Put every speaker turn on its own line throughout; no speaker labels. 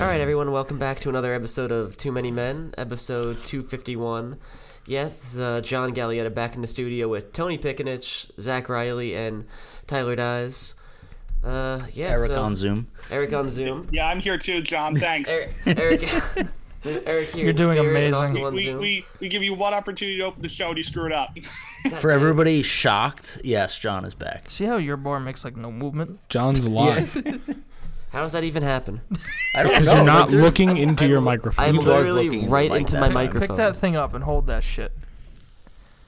All right, everyone, welcome back to another episode of Too Many Men, episode 251. Yes, uh, John Gallietta back in the studio with Tony Pickenich, Zach Riley, and Tyler Dyes. Uh, yeah,
Eric
so-
on Zoom.
Eric on Zoom.
Yeah, I'm here too, John. Thanks.
Eric, Eric, Eric here.
You're
in
doing
spirit and
amazing.
also
we,
on
we,
Zoom.
we, we give you one opportunity to open the show and you screw it up.
For everybody shocked, yes, John is back.
See how your bar makes like no movement?
John's live.
How does that even happen?
I don't
Because
know.
you're not
There-
looking into your microphone.
I'm
You are
literally
looking
right
like
into
that.
my
Pick-
microphone.
Pick that thing up and hold that shit.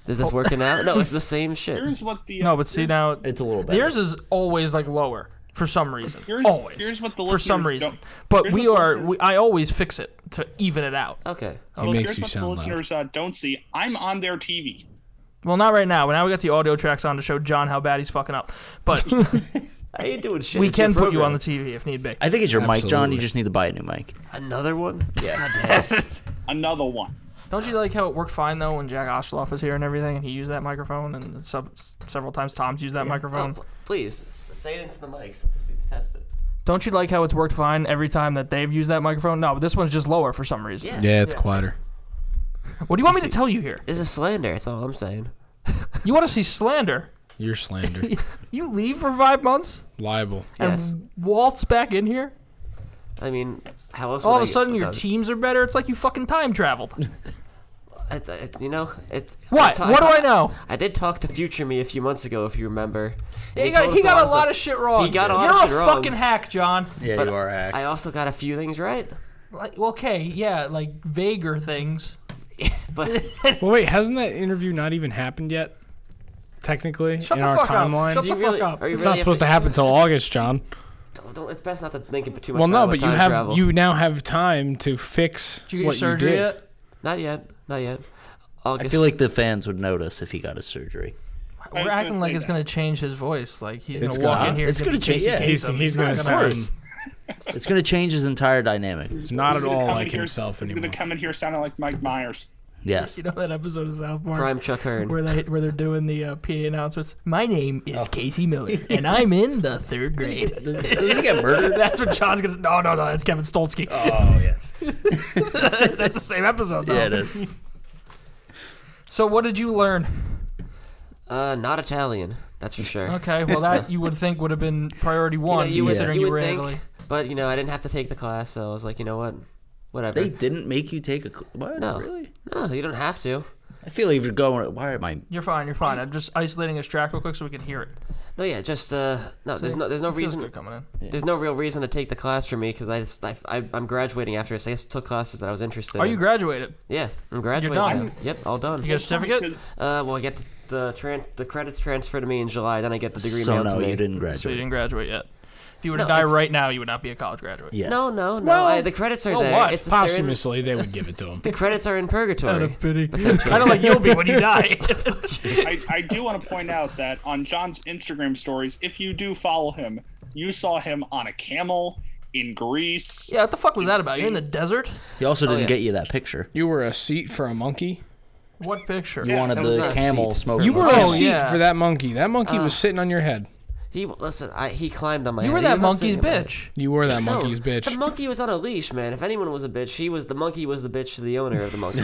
Is this working out? No, it's the same shit.
Here's what the uh,
No, but see now
It's a little better.
yours is always like lower for some reason.
Here's-
always.
here's what the
for some
listeners
reason.
don't-
But
here's
we
what the
are
listeners-
we, I always fix it to even it out.
Okay.
well,
makes
here's
you
what the
sound loud.
listeners uh, don't see. I'm on their TV.
Well, not right now. Now we got the audio tracks on to show John how bad he's fucking up. But
I ain't doing shit.
we
It's your
can put you
program.
on the TV if need be.
I think it's your mic, John.
Absolutely.
You just need to buy a new mic.
Another one?
Another one.
Don't you like how it worked fine though when Jack Oshloff was here and everything, and he used that microphone, and sub- several times Tom's used that
Oh,
microphone.
pl- please, s- say it into the mic so this is tested.
Don't you like how it's worked fine every time that they've used that microphone? No, but this one's just lower for some reason.
Yeah.
yeah, it's quieter.
What do you want me to tell you here?
This is slander, that's all I'm saying.
You want to see slander?
You're slander.
You leave for five months
Liable.
Um,
Yes.
and waltz back in here?
I mean, how else
All
would I
of a sudden,
get
your
done?
teams are better. It's like you fucking time traveled.
It's- it- you know, it's.
What?
ta-
What do
ta-
I know?
I did talk to Future Me a few months ago, if you remember. and
He got,
told
he
us
got a lot
stuff.
of shit wrong.
He got a lot
You're
of
a
shit wrong.
fucking hack, John.
Yeah, you are. Act.
I also got a few things right,
Like, okay, yeah, like vaguer things.
but
Well, wait, hasn't that interview not even happened yet? Technically,
Shut
in
the
our
fuck up.
timeline,
Shut
do
the
you really?
fuck up.
Are you
it's
really
not supposed to
have
happen until August, John.
Don't, don't, it's best not to think of too much.
Well, no,
about
but you
time
have
travel.
you now have time to fix
Did you get
what
your surgery
you did.
yet?
Not yet. Not yet.
I
August.
feel like the fans would notice if he got his surgery.
We're
was gonna
acting like
say
it's
that.
gonna change his voice. Like he's
It's
gonna walk
gonna-
in here.
it's
gonna,
gonna change- yeah,
He's, he's, gonna sound
It's going to change his entire dynamic.
not
He's
at
gonna
all
come in
like
here-
himself
He's
anymore.
gonna come in here sounding like Mike Myers.
Yes.
You know that episode of South Park
prime Chuck Hearn.
where they where they're doing the uh, PA announcements. My name is Casey Miller, and I'm in the third grade.
Does he get murdered?
That's what John's gonna. No, no, no. That's Kevin Stolsky.
Oh yes.
That's the same episode, though.
Yeah, it is.
So, what did you learn?
Uh, not Italian. That's for sure.
Okay, well, that you would think would have been priority
You know,
one,
you would-
considering
you would
you, were in
think,
Italy.
But you know, I didn't have to take the class, so I was like, you know what, whatever.
They didn't make you take a. Cl- what?
no,
Really?
no, you don't have to.
I feel like if you're going, why am I?
You're fine. You're fine. I'm just isolating his track real quick so we can hear it.
No, yeah, just uh, no. There's no, there's no
It feels
reason.
good coming in.
There's no real reason to take the class for me because I, just, I, I, I'm graduating after this. I just took classes that I was interested.
Are
in.
you graduated?
Yeah, I'm graduating.
done?
now. Yep, all done.
You got a certificate?
Because
Uh, well, I get the the, tran- the credits transferred to me in July, then I get the degree
So
mailed
no,
to me.
you didn't
So you
graduate.
didn't graduate yet. If you were to
No,
die
it's-
right now, you would not be a college graduate.
Yes.
No, no, no.
Well,
I, the credits are
well,
there.
what?
It's just they're in-
Posthumously, they would give it to him.
the credits are in purgatory.
Out of pity. kind of like you'll be when you die.
I, I do want to point out that on John's Instagram stories, if you do follow him, you saw him on a camel in Greece.
yeah, what the fuck was that about? You're in the desert?
He also didn't
yeah.
get you that picture.
You were a seat for a monkey.
What picture?
You wanted
that was not
the
a
camel
seat.
smoking.
You were
monkey.
a
Oh,
seat
yeah. Ah.
for that monkey. That monkey was sitting on your head.
He listen. I, he climbed on my.
You were
head. He
that
was not
monkey's
sitting on my head.
bitch.
You were that
No,
monkey's bitch.
The monkey was on a leash, man. If anyone was a bitch, he was the monkey was the bitch to the owner of the monkey.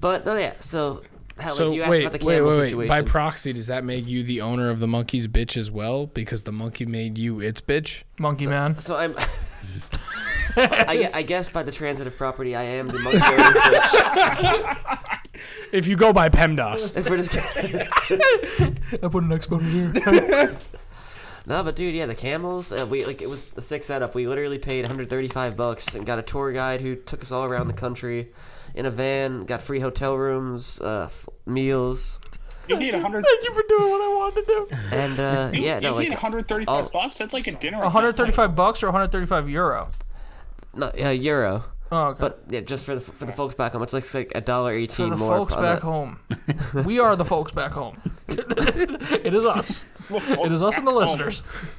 but no, yeah. So, how,
So
like, you asked
wait,
about the
wait,
camel
wait, wait.
situation.
By proxy, does that make you the owner of the monkey's bitch as well? Because the monkey made you its bitch.
Monkey man.
so I'm. I, gue- I guess by the transitive property, I am the monkey. owner's bitch.
If you go by PEMDAS,
If we're just-
I put an Xbox here.
no, but dude, yeah, the camels. Uh, we like it was the six setup. We literally paid 135 bucks and got a tour guide who took us all around the country in a van. Got free hotel rooms, uh, f- meals,
You need 100.
Thank you for doing what I wanted to do.
and uh, yeah, no,
you
like
need 135
all-
bucks. That's like a dinner. at that point.
135 bucks or 135 euro?
No, uh, euro.
Oh, okay.
But yeah, just for the for the folks back home, it's like like a dollar
For
eighteen
the
more.
folks
on
back
the-
home. we are the folks back home. it is us.
Well,
It is us and the
oh,
listeners. Bring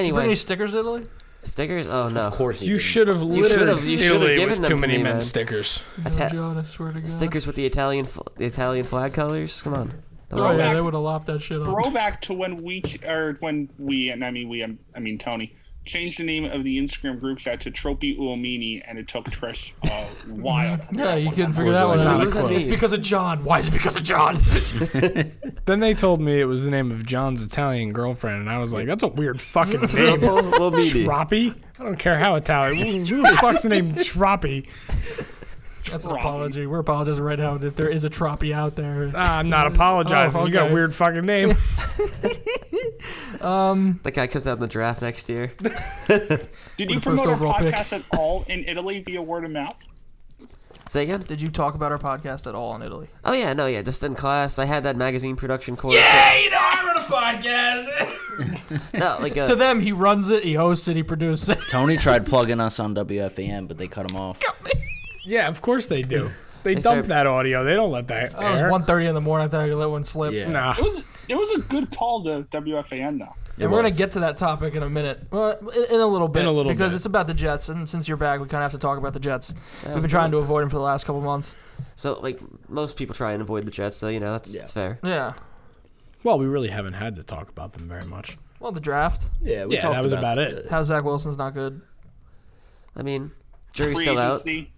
Anyway,
any stickers, to Italy?
stickers. Oh no,
Of course, he
you
didn't.
should have
should've-
littered
you should've
Italy
given
with
them
too
to
many
me,
men
man.
stickers.
That's ha-
Oh, John, I swear to God.
stickers with the Italian fl- the Italian flag colors. Come on, The one-
Oh, yeah,
Throwback-
they would have lopped that shit up.
Throwback to when we or when we and I mean we I'm- I mean Tony changed the name of the Instagram group chat to Trophy Uomini, and it took Trish a while.
Yeah, you couldn't figure
was
that
it
one
like
out.
What does that
It's
mean?
because of John. Why is it because of John?
Then they told me it was the name of John's Italian girlfriend, and I was like, "That's a weird fucking name."
Well, maybe.
Troppy? I don't care how Italian. Who the fuck's the name Troppy?
That's an
Troppy.
apology. We're apologizing right now. If there is a troppy out there,
Ah, I'm not apologizing. You got
okay.
a weird fucking name.
That guy comes out in the draft next year.
Did you
the first
promote our
overall pick.
podcast at all in Italy via word of mouth?
Say again?
did you talk about our podcast at all in Italy?
Oh yeah, no, yeah, just in class. I had that magazine production course.
you know, I run a podcast.
No, like
to
uh,
them, he runs it, he hosts it, he produces it.
Tony tried plugging us on WFAN, but they cut him off.
yeah, of course they do. They
They Oh,
dump
said-
that audio. They don't let that
It was
air.
1.30 in the morning. I thought I could let one slip.
Yeah.
Nah.
It was it was a good call to WFAN though.
And we're going to get to that topic in a minute. Well, in, in a little bit.
a little
because
bit.
it's about the Jets. And since you're back, we kind of have to talk about the Jets. We've been trying to avoid him for the last couple months.
so like most people try and avoid the Jets, so you know that's, that's fair.
Yeah.
Well, we really haven't had to talk about them very much.
Well, the draft.
Yeah, we
Yeah,
talked
that was about it.
the-
How Zach Wilson's not good.
I mean, jury's
Free
still out.
agency.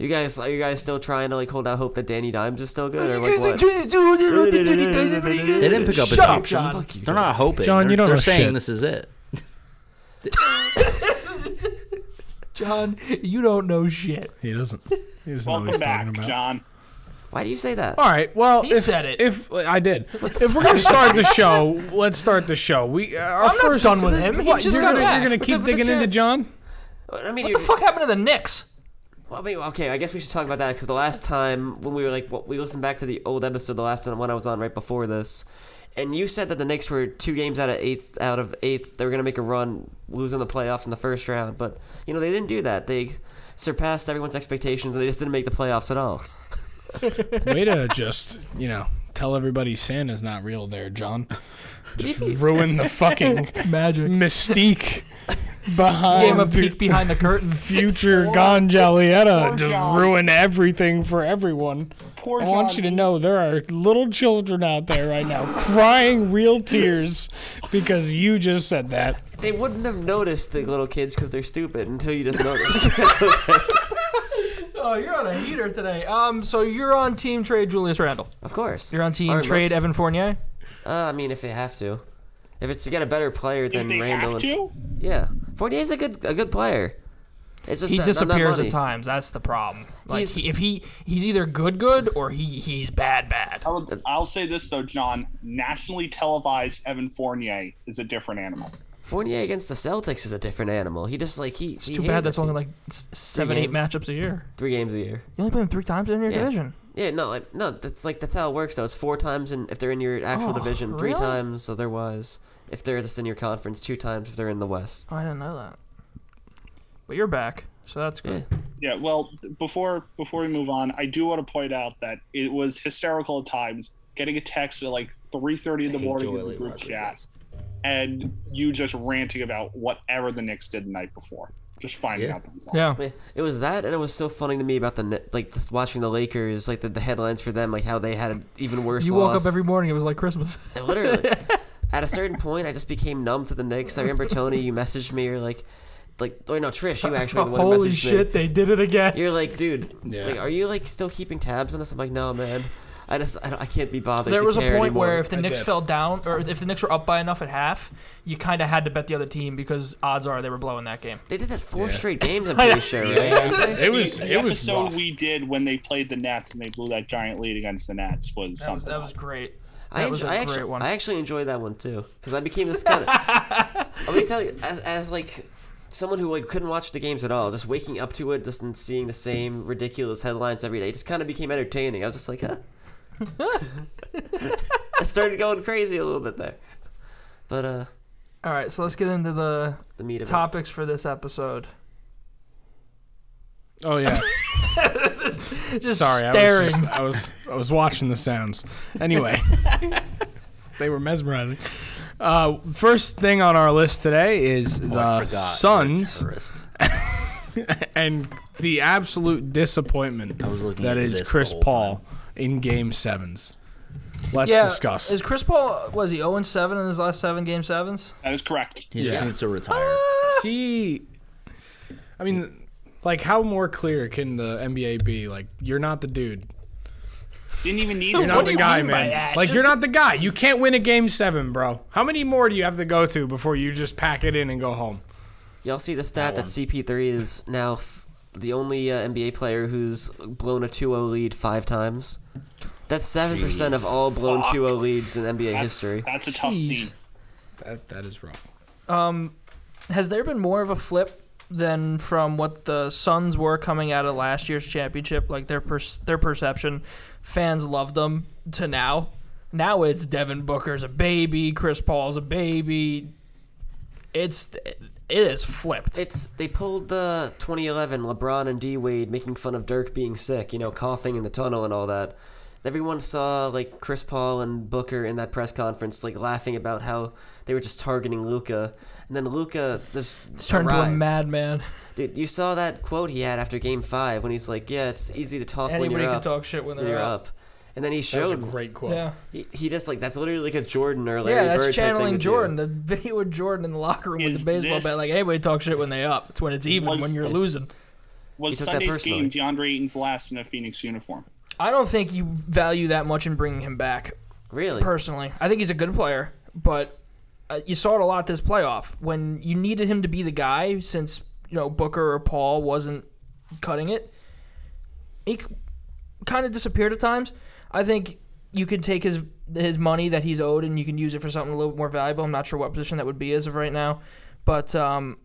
You guys, are you guys still trying to like hold out hope that Danny Dimes is still good, or like what?
They didn't pick up his
Shut up,
option.
John.
They're not hoping.
John,
they're,
you don't
They're
know
saying
shit.
this is it.
John, you don't know shit.
He doesn't. He doesn't know what
Welcome
he's
back,
talking about.
John.
Why do you say that?
All right. Well,
He
if,
said it.
If I did, if we're gonna start the show, let's start the show. We uh, our
I'm not
first
done with him.
What,
He just
you're,
got
gonna,
back.
you're gonna
But
keep
the- but the
digging into
Jets-
John.
I mean,
What
you-
the fuck happened to the Knicks?
Well, I mean, okay, I guess we should talk about that because the last time when we were like, what, we listened back to the old episode, the last one I was on right before this, and you said that the Knicks were two games out of eighth, out of eighth, they were gonna make a run, losing the playoffs in the first round, but you know they didn't do that. They surpassed everyone's expectations, and they just didn't make the playoffs at all.
Way to just you know tell everybody Santa's not real there, John. Just ruin the fucking
Magic.
mystique
Gave him a
behind the
peek behind the curtain.
future Gonjalietta.
Poor
Just
John.
ruin everything for everyone.
Poor
I
John.
want you to know there are little children out there right now crying real tears because you just said that.
They wouldn't have noticed the little kids because they're stupid until you just noticed.
Oh, you're on a heater today. Um, so you're on team trade Julius Randle.
of course,
You're on team
Or
trade
most-
Evan Fournier.
Uh, I mean, if they have to, if it's to get a better player
if
than
they
Randall,
have
and,
to,
yeah, Fournier's a good a good player. It's just
He
that- not that
disappears
money.
at times. That's the problem. Like
He's-
he, if he he's either good good or he he's bad bad.
I'll, I'll say this though, John. Nationally televised Evan Fournier is a different animal.
Fournier against the Celtics is a different animal. He just like he.
It's too bad that's only like s- seven eight
games.
matchups a year.
three games a year.
You only play him three times in your division.
Yeah, no, like, no, that's like that's how it works though. It's four times in, if they're in your actual
Oh,
division, three
really?
times otherwise. If they're just in your conference, two times if they're in the West.
Oh, I didn't know that. But you're back, so that's
Yeah.
good.
Yeah. Well, before before we move on, I do want to point out that it was hysterical at times getting a text at like three thirty in the morning in the
Joely
group
Rodriguez.
chat, and you just ranting about whatever the Knicks did the night before, just finding
Yeah.
out that was all.
Yeah.
It it was that, and it was so funny to me about the Kn- like just watching the Lakers, like the, the headlines for them, like how they had an even worse.
You woke
loss.
up every morning. It was like Christmas.
And literally. At a certain point, I just became numb to the Knicks. I remember Tony, you messaged me, or like, like, or no, Trish, you actually were the one who
Holy
messaged me.
shit! They did it again.
You're like, dude,
Yeah.
like, are you like still keeping tabs on this? I'm like, no, man. I just, I, don't- I can't be bothered.
There
to
was a
care
point
anymore.
where if the Knicks
did.
fell down, or if the Knicks were up by enough at half, you kind of had to bet the other team because odds are they were blowing that game.
they did that four straight games, I'm pretty sure, right?
It was
The
it was
episode
rough.
we did when they played the Nets and they blew that giant lead against the Nets was
That was,
something.
that was
else.
great.
I,
That was
enj-
a
I
great
actually,
one.
I actually enjoyed that one too, because I became this kind of. let me tell you, as, as like someone who like couldn't watch the games at all, just waking up to it, just and seeing the same ridiculous headlines every day, it just kind of became entertaining. I was just like, huh. I started going crazy a little bit there, but uh,
All right, so let's get into the
the meat of it.
topics for this episode.
Oh yeah.
Just
Sorry,
staring.
I was, just, I was I was watching the sounds. Anyway, they were mesmerizing. Uh, first thing on our list today is the Suns
Terrorist.
and the absolute disappointment
was looking
that
at
is
this
Chris
the whole
Paul in Game Sevens. Let's
yeah,
discuss.
Is Chris Paul was he 0 and 7 in his last seven game sevens?
That is correct.
He just
Yeah.
needs to retire.
he I mean like how more clear can the NBA be like you're not the dude.
Didn't even need
You're
to.
not
What do
the
you
guy,
mean by
man.
that?
Like
Just-
you're not the guy. You can't win a game 7, bro. How many more do you have to go to before you just pack it in and go home?
Y'all see the stat that CP3 is now f- the only uh, NBA player who's blown a 2-0 lead five times. That's seven percent of all blown 2-0 leads in NBA
That's,
history.
that's a tough scene.
That that is rough.
Has there been more of a flip than from what the Suns were coming out of last year's championship? Like their per- their perception, fans loved them to now. Now it's Devin Booker's a baby, Chris Paul's a baby. It's it is flipped.
It's they pulled the 2011 LeBron and D Wade making fun of Dirk being sick, you know, coughing in the tunnel and all that. Everyone saw like Chris Paul and Booker in that press conference, like laughing about how they were just targeting Luca, and then Luca just
turned to a
arrived.
madman.
Dude, you saw that quote he had after Game Five when he's like, "Yeah, it's easy to talk when
Anybody
you're
can
up."
talk shit when
when
they're
you're
up.
up. And then he
That was a
showed
great quote.
Yeah.
he, he just like that's literally like a Jordan or Larry
Yeah,
Bird
that's
type thing to
channeling
do.
Jordan. The video of Jordan in the locker room with
Is
the baseball
this-
bat. Like anybody talk shit when they up. It's when it's even
Was-
when you're losing.
Was
took that
Sunday's
personally.
game DeAndre Ayton's last in a Phoenix uniform?
I don't think you value that much in bringing him back.
Really?
Personally, I think he's a good player, but uh, you saw it a lot this playoff when you needed him to be the guy since you know Booker or Paul wasn't cutting it. He kind of disappeared at times. I think you could take his his money that he's owed and you can use it for something a little bit more valuable. I'm not sure what position that would be as of right now, but um,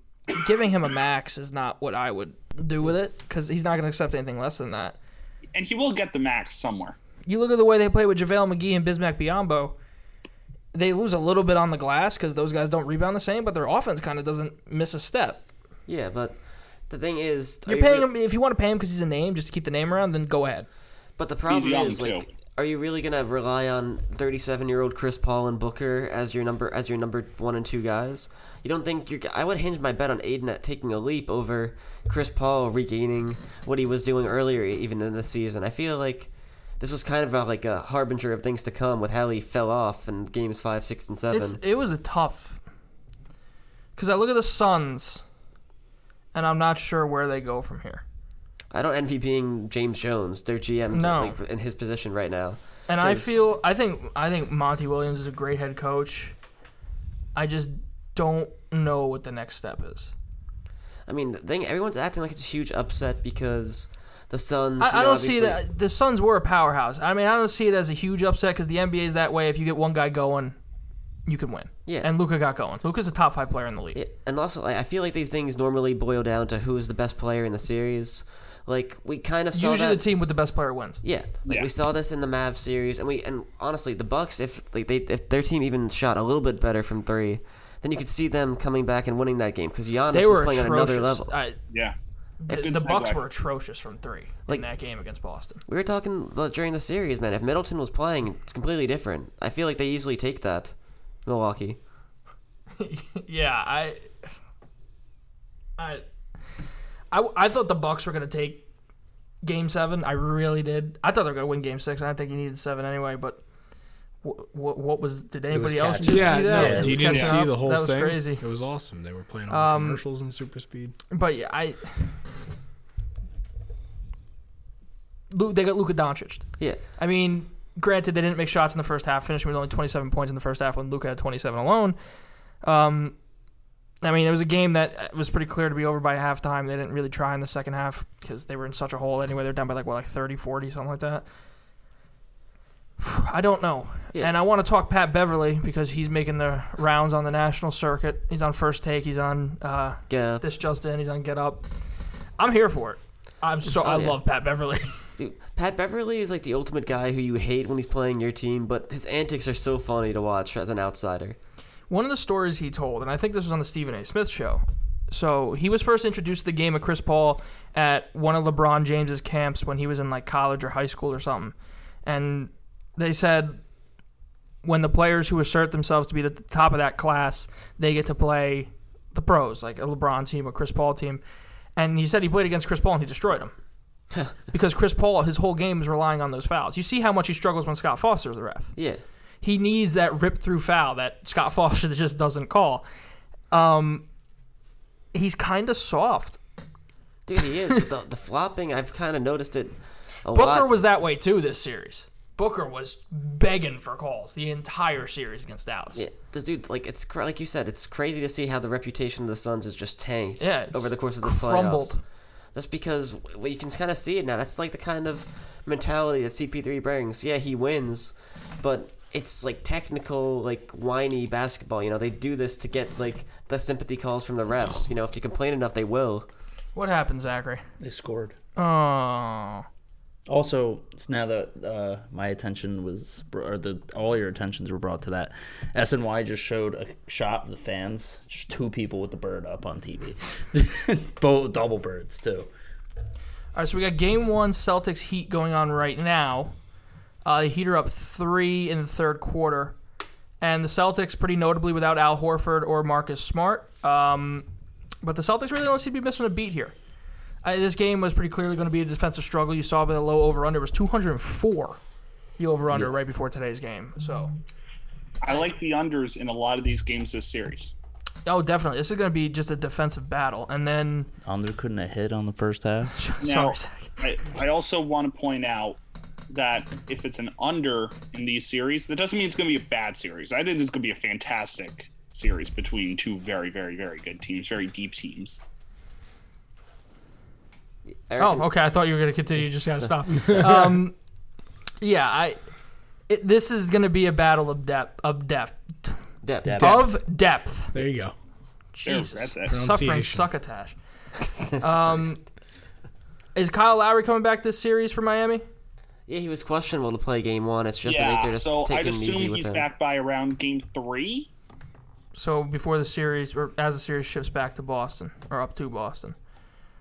giving him a max is not what I would do with it because he's not going to accept anything less than that.
And he will get the max somewhere.
You look at the way they play with JaVale McGee and Bismack Biombo. They lose a little bit on the glass because those guys don't rebound the same, but their offense kind of doesn't miss a step.
Yeah, but the thing is, are
You're
you
paying
re-
him if you want to pay him because he's a name, just to keep the name around. Then go ahead.
But the problem
young,
is like.
too.
Are you really gonna rely on 37-year-old Chris Paul and Booker as your number as your number one and two guys? You don't think you're? I would hinge my bet on Aiden at taking a leap over Chris Paul regaining what he was doing earlier, e, even in the season. I feel like this was kind of a, like a harbinger of things to come with how he fell off in games five, six, and seven.
It's it was a tough because I look at the Suns, and I'm not sure where they go from here.
I don't MVPing James Jones, their GM,
No.
like, in his position right now.
And I
'Cause-
feel I think I think Monty Williams is a great head coach. I just don't know what the next step is.
I mean, the thing everyone's acting like it's a huge upset because the Suns. you
I, I
know,
don't see
obviously-
that the Suns were a powerhouse. I mean, I don't see it as a huge upset because the NBA is that way. If you get one guy going, you can win.
Yeah.
And Luca got going. Luca's a top five player in the league.
Yeah, and also, I I feel like these things normally boil down to who is the best player in the series. Like we kind of saw
Usually,
that.
the team with the best player wins.
Yeah, like
Yeah.
we saw this in the Mavs series, and we and honestly, the Bucks, if like they if their team even shot a little bit better from three, then you could see them coming back and winning that game because Giannis
They
was
were
playing on
atrocious.
another level.
I,
Yeah.
the
Good
the Bucks
segue.
were atrocious from three
Like-
in that game against Boston.
We were talking uh, during the series, man. If Middleton was playing, it's completely different. I feel like they easily take that, Milwaukee.
yeah, I, I, I, I thought the Bucks were gonna take Game Seven. I really did. I thought they were gonna win Game Six. and I think you needed seven anyway. But what, what, what was? Did anybody else
catches.
just see that? It was
you didn't
catching
see
up?
the whole
That was
thing.
crazy.
It was awesome. They were playing all
Um,
the commercials in super speed.
But yeah, I. Lu- They got Luka Doncic.
Yeah,
I mean, granted, they didn't make shots in the first half, finishing with only 27 points in the first half when Luca had 27 alone. Um, I mean, it was a game that uh, was pretty clear to be over by halftime. They didn't really try in the second half because they were in such a hole anyway. They're down by like, what, like 30, 40, something like that. I don't know.
Yeah.
And I want to talk Pat Beverly because he's making the rounds on the national circuit. He's on first take. He's on uh,
get up.
this just in. He's on Get Up. I'm here for it. I'm so I
Oh, yeah.
love Pat Beverly.
Dude, Pat Beverly is like the ultimate guy who you hate when he's playing your team, but his antics are so funny to watch as an outsider.
One of the stories he told, and I think this was on the Stephen A. Smith show. So he was first introduced to the game of Chris Paul at one of LeBron James's camps when he was in like college or high school or something. And they said when the players who assert themselves to be at the top of that class, they get to play the pros, like a LeBron team, a Chris Paul team. And he said he played against Chris Paul and he destroyed him. because Chris Paul, his whole game is relying on those fouls. You see how much he struggles when Scott Foster's the ref.
Yeah.
He needs that rip through foul that Scott Foster just doesn't call. Um, he's kind of soft.
Dude, he is. the, the flopping, I've kind of noticed it a lot.
Booker was that way too this series. Booker was begging for calls the entire series against Dallas.
Yeah, this dude, like it's cra- like you said, it's crazy to see how the reputation of the Suns has just tanked
Yeah, it's
over the course of the
crumbled.
playoffs. That's because well, you can kind of see it now. That's like the kind of mentality that CP3 brings. Yeah, he wins, but it's like technical, like whiny basketball. You know, they do this to get like the sympathy calls from the refs. You know, if you complain enough, they will.
What happened, Zachary?
They scored.
Oh,
Also, it's now that uh, my attention was, br- or the all your attentions were brought to that. SNY just showed a shot of the fans, just two people with the bird up on TV, both double birds too.
All right, so we got game one Celtics Heat going on right now. Uh, the Heat are up three in the third quarter. And the Celtics, pretty notably, without Al Horford or Marcus Smart. Um, but the Celtics really don't seem to be missing a beat here. Uh, this game was pretty clearly going to be a defensive struggle. You saw by the low over under was 204, the over under right before today's game. So,
I like the unders in a lot of these games this series.
oh, definitely. This is going to be just a defensive battle. And then,
Under couldn't have hit on the first half.
Now,
sorry, Zach.
I, I also want to point out that if it's an under in these series, that doesn't mean it's going to be a bad series. I think this is going to be a fantastic series between two very, very, very good teams, very deep teams.
I reckon-
Oh, okay. I thought you were going to continue. You just got to stop. um, yeah, I. It, this is going to be a battle of depth, of depth,
Dep-
Dep-
dep-
of depth.
There you go.
Jesus,
that's it.
suffering
Pronunciation.
succotash. Um, is Kyle Lowry coming back this series for Miami?
yeah, he was questionable to play game one. It's just I think they're
yeah,
just
so I'd
taking it easy
assume
with
he's
him.
back by around game three.
So before the series, or as the series shifts back to Boston or up to Boston. Oh,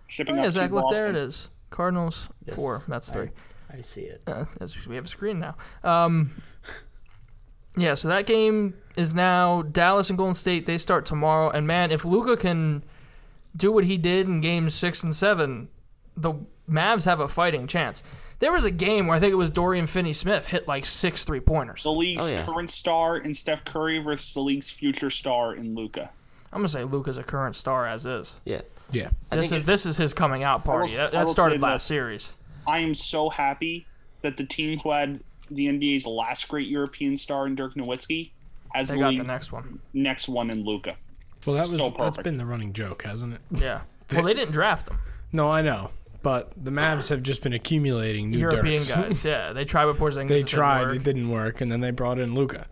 Shipping
yeah,
up
Zach,
to
look
Boston.
there it is. Cardinals four, Mets three.
I see it.
Uh, that's, we have a screen now. Um, yeah, so that game is now Dallas and Golden State. They start tomorrow, and man, if Luca can do what he did in games six and seven, the Mavs have a fighting chance. There was a game where I think it was Dorian Finney-Smith hit like six three pointers.
The league's
Oh, yeah.
current star in Steph Curry versus the league's future star in Luca.
I'm gonna say Luca's a current star as is.
Yeah.
Yeah.
I think
This is
it's-
this is his coming out party.
s-
that
I
that
will
started
say
last
this.
series.
I am so happy that the team who had the NBA's last great European star in Dirk Nowitzki has
They
the,
got the
league's
next one.
next one in Luca.
Well, that was
So
that's
perfect.
been the running joke, hasn't it?
Yeah. Well, they didn't draft him.
No, I know, but the Mavs have just been accumulating new
European
Dirks.
guys. Yeah, they tried with Porzingis. it
They
didn't
tried,
work.
it didn't work, and then they brought in Luca.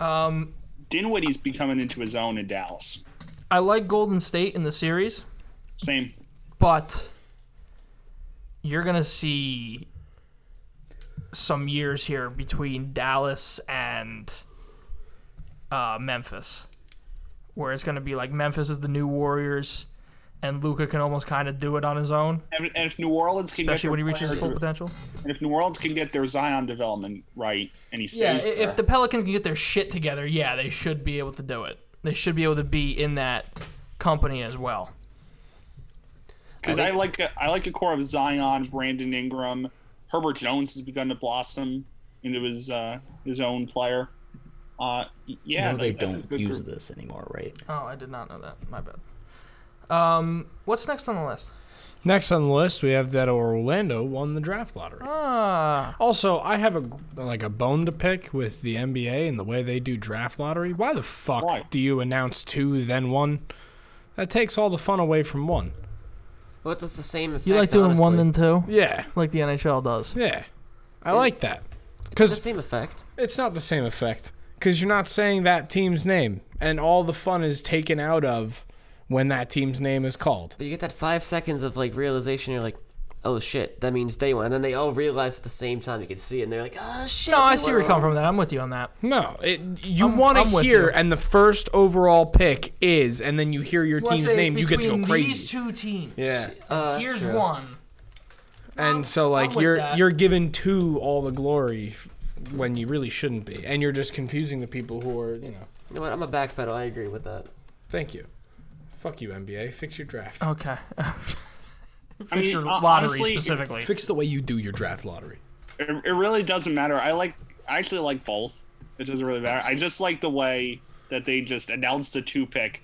Um,
Dinwiddie's becoming into his own in Dallas.
I like Golden State in the series,
Same.
but you're gonna see some years here between Dallas and uh, Memphis, where it's gonna be like Memphis is the new Warriors, and Luca can almost kind of do it on his own,
And, and if New Orleans can
especially
get
when he
their
reaches his full
player-
potential.
and if New Orleans can get their Zion development right, and he stays
Yeah, i-
there,
if the Pelicans can get their shit together, yeah, they should be able to do it. They should be able to be in that company as well.
because I, like a, I like a core of Zion, Brandon Ingram, Herbert Jones has begun to blossom into his uh, his own player. Uh, y- yeah,
no, they
like, that's a
don't
good
use
group.
this anymore, right?
Oh, I did not know that. My bad. Um, what's next on the list?
Next on the list, we have that Orlando won the draft lottery.
Ah,
Also, I have a like a bone to pick with the NBA and the way they do draft lottery. Why the fuck
Why?
do you announce two then one? That takes all the fun away from one.
Well, it's just the same effect.
you like doing one
honestly.
then two,
Yeah,
like the NHL does.
yeah, I like that
It's the
because
same effect.
it's not the same effect because you're not saying that team's name, and all the fun is taken out of when that team's name is called.
But you get that five seconds of like realization. You're like, oh shit, that means day one. And then they all realize at the same time. You can see it, and they're like, ah shit.
No,
they
I see where you come
won."
from. That I'm with you on that.
No, it, you
I'm-
want
I'm
to
with
hear,
you.
and the first overall pick is, and then you hear your team's name, you get to go crazy.
These two teams.
yeah,
Uh, that's
Here's
true.
one.
and so like
with
you're
that.
you're given two all the glory f- when you really shouldn't be, and you're just confusing the people who are you know.
You know what? I'm a backpedal. I agree with that.
Thank you, fuck you NBA, fix your draft.
Okay.
I mean,
your
uh,
lottery
honestly, it-
specifically.
Fix the way you do your draft lottery.
it, it really doesn't matter. I like I actually like both. It doesn't really matter. I just like the way that they just announced the two pick,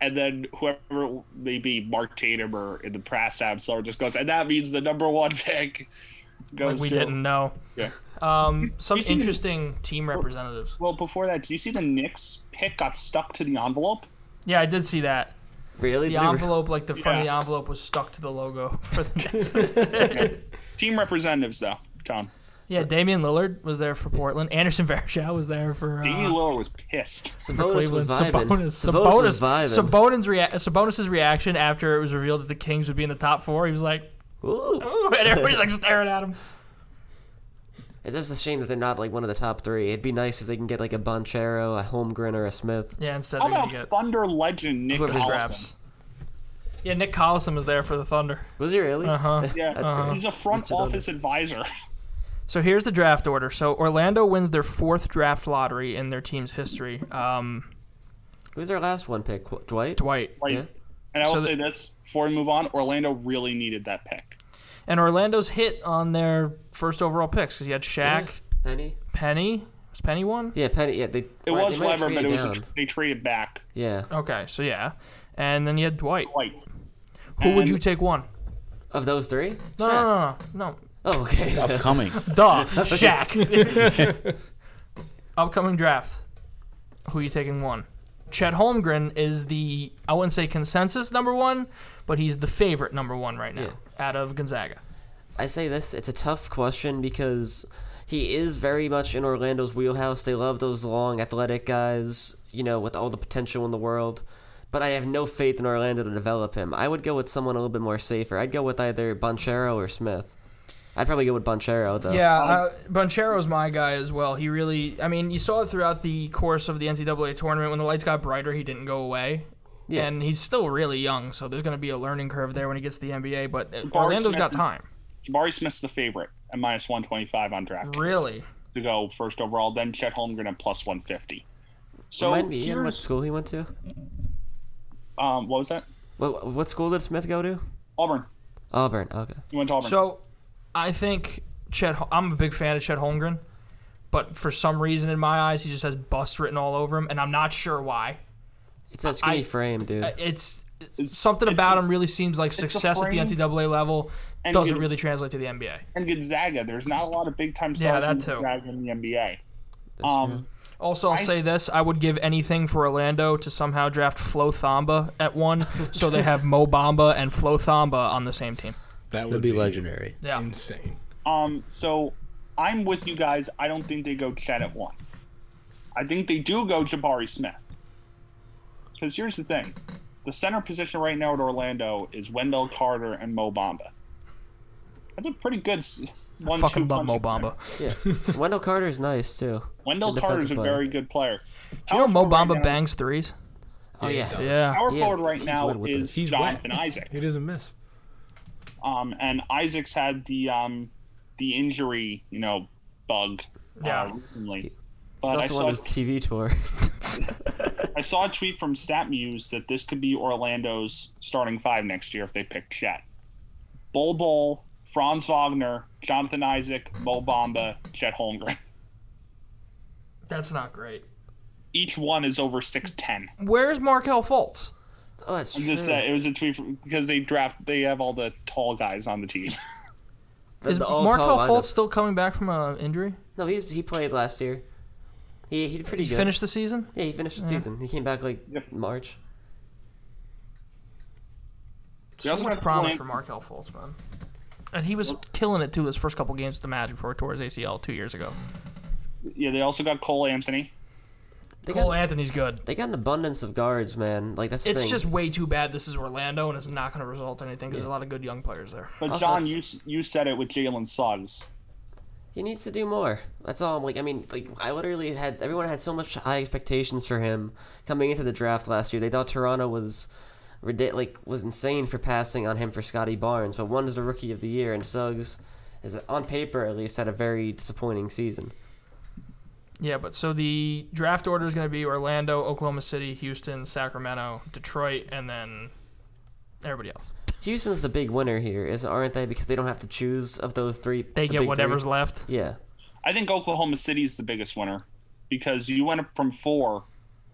and then whoever maybe Mark Tatum or in the press app somewhere just goes, and that means the number one pick goes
Like we
to.
didn't know.
Yeah.
Um, some
you seen-
interesting team representatives.
Well, before that, do you see the Knicks pick got stuck to the envelope?
Yeah, I did see that.
Really?
The
Did they re-
envelope, like the front
Yeah.
of the envelope, was stuck to the logo for the Knicks.
Team representatives, though, Tom.
yeah, Damian Lillard was there for Portland. Anderson Varejao was there for. Uh,
Damian Lillard was pissed.
Sabonis was
Cleveland.
vibing.
Sabonis,
Sabonis was
Sabonis,
vibing.
Sabonis rea- Sabonis's reaction after it was revealed that the Kings would be in the top four, he was like,
Ooh.
"Ooh," and everybody's like staring at him.
It's just a shame that they're not like one of the top three. It'd be nice if they can get like a Bonchero, a Holmgren, or a Smith.
Yeah, instead
How
they're gonna
about
get
Thunder legend Nick
Whoever
Collison?
straps. Yeah, Nick Collison was there for the Thunder.
Was he really?
Uh huh.
Yeah,
That's great.
he's a front
Mr. Thunder.
office advisor.
So here's the draft order. So Orlando wins their fourth draft lottery in their team's history. Um,
Who's their last one pick? Qu- Dwight?
Dwight
Like,
Yeah.
and I will
So
say this before we move on: Orlando really needed that pick.
and Orlando's hit on their first overall picks because he had Shaq,
Penny?
Penny. Was Penny one?
Yeah, Penny. Yeah, they.
It
right,
was
they might have
Weber, but it
traded
was a,
down.
tr- they traded back.
yeah.
Okay, so yeah, and then you had Dwight.
Like,
Who would
And-
you take one?
Of those three?
No,
Shaq.
no, no, no,
Oh, okay.
Upcoming.
no. Duh, Shaq. Upcoming draft. Who you taking one? Chet Holmgren is the I wouldn't say consensus number one, but he's the favorite number one right now out of Gonzaga.
I say this, it's a tough question because he is very much in Orlando's wheelhouse. They love those long, athletic guys, you know, with all the potential in the world. But I have no faith in Orlando to develop him. I would go with someone a little bit more safer. I'd go with either Bonchero or Smith. I'd probably go with Bonchero, though.
Yeah, uh, Bonchero's my guy as well. He really, I mean, you saw it throughout the course of the NCAA tournament. When the lights got brighter, he didn't go away.
Yeah.
And he's still really young, so there's going to be a learning curve there when he gets to the NBA. But uh,
Barry
Orlando's got
Smith is-
time.
Jabari Smith's the favorite at minus one twenty five on draft
Really?
to go first overall. Then Chet Holmgren at plus one fifty. So
Remind me, Ian, what
Oh, here's,
school he went to?
um, what was that?
What, what school did Smith go to?
Auburn.
Auburn. Okay.
You went to Auburn.
So, I think Chet. Hol- I'm a big fan of Chet Holmgren, but for some reason in my eyes, he just has bust written all over him, and I'm not sure why.
It's that skinny
I-
frame, dude.
It's something about him really seems like
a
success at the
frame.
NCAA level
And
doesn't
you-
really translate to the NBA.
and Gonzaga, there's not a lot of big time
Yeah,
stars
that
in
too.
Gonzaga in the NBA. um,
Also, I'll say this: I would give anything for Orlando to somehow draft Flo Thamba at one, so they have Mo Bamba and Flo Thamba on the same team.
That
It'd
would
be
be,
legendary.
Yeah,
insane.
Um, so I'm with you guys. I don't think they go Chet at one. I think they do go Jabari Smith. Because here's the thing the center position right now at Orlando is Wendell Carter and Mo Bamba. That's a pretty good s- one
fucking
two
love Mo Bamba.
yeah. Wendell Carter's nice, too.
Wendell
Good
Carter's a
defensive
very good player.
Do you know Mo
Power forward
Bamba
right now-
bangs threes?
Oh, yeah.
Yeah,
Power
He is-
forward right
he's wet
now
with
is
this.
He's
Jonathan
wet.
Isaac.
He doesn't miss.
Um, and Isaac's had the um, the injury, you know, bug.
Yeah.
Uh, recently.
He's
But I
also on his
saw
TV tour.
I saw a tweet from StatMuse that this could be Orlando's starting five next year if they pick Chet. Bol Bol, Franz Wagner, Jonathan Isaac, Mo Bamba, Chet Holmgren.
that's not great.
Each one is over six ten.
Where's Markel Fultz?
Oh, that's true.
I'm just saying it was a tweet from, because they draft they have all the tall guys on the team.
The-
Is
the all
Markel
tall lineup.
Fultz still coming back from an injury?
No, he's he played last year. He he did pretty
He
good.
finished the season.
Yeah, he finished the season. He came back like March.
So
also
much
have
promise
Orlan-
for Markel Fultz, man. And he was killing it too his first couple games with the Magic before he tore his ACL two years ago.
yeah, they also got Cole Anthony.
They
Cole
got,
Anthony's good.
they got an abundance of guards, man. Like that's the
It's
thing.
just way too bad this is Orlando and it's not going to result in anything because there's a lot of good young players there.
But
Also,
John,
it's-
you s- you said it with Jalen Suggs.
he needs to do more. That's all. I'm like I mean, like I literally had everyone had so much high expectations for him coming into the draft last year. They thought Toronto was ridic- like was insane for passing on him for Scotty Barnes, but one is the rookie of the year and Suggs is on paper at least had a very disappointing season.
Yeah, but so the draft order is going to be Orlando, Oklahoma City, Houston, Sacramento, Detroit, and then everybody else.
Houston's the big winner here, is aren't they? Because they don't have to choose of those three.
They
the
get
big
whatever's
three.
left.
Yeah,
I think Oklahoma City is the biggest winner because you went up from four,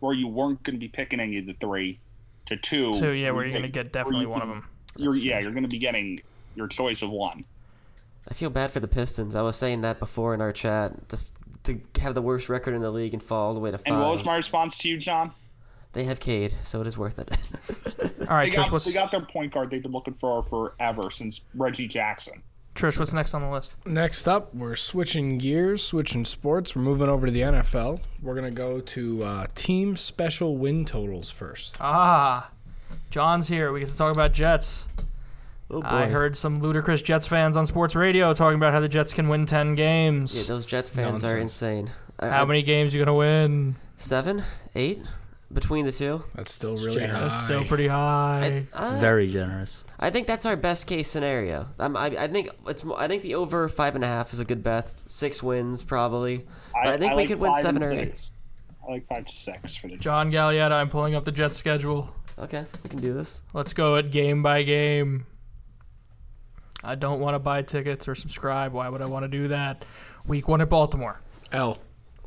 where you weren't going to be picking any of the three, to two.
So yeah, where you're
you
gonna
pick-
get definitely
you
one of
can-
them.
You're, yeah, you're going to be getting your choice of one.
I feel bad for the Pistons. I was saying that before in our chat. This, to have the worst record in the league and fall all the way to five.
And what was my response to you, John?
They have Cade, so it is worth it.
All
They
right, Trish.
got,
What's
they got their point guard they've been looking for forever since Reggie Jackson.
Trish? What's next on the list?
Next up, we're switching gears, switching sports. We're moving over to the NFL. We're gonna go to uh, team special win totals first.
Ah, John's here. We get to talk about Jets.
oh boy.
I heard some ludicrous Jets fans on sports radio talking about how the Jets can win ten
Yeah,
games.
those Jets fans are insane. I-
how
I-
many games you gonna win?
Seven, eight, between the two.
That's still really
generous.
high.
That's still pretty high.
I- uh,
Very generous.
I think that's our best case scenario. Um, I, I think it's. mo- I think the over five and a half is a good bet. Six wins probably. But I, think we
like
could win
five
seven
and
or eight.
six. I like five to six for the Jets.
John Gallietta, I'm pulling up the Jets schedule.
Okay, we can do this.
Let's go at game by game. I don't want to buy tickets or subscribe. Why would I want to do that? Week one at Baltimore.
L.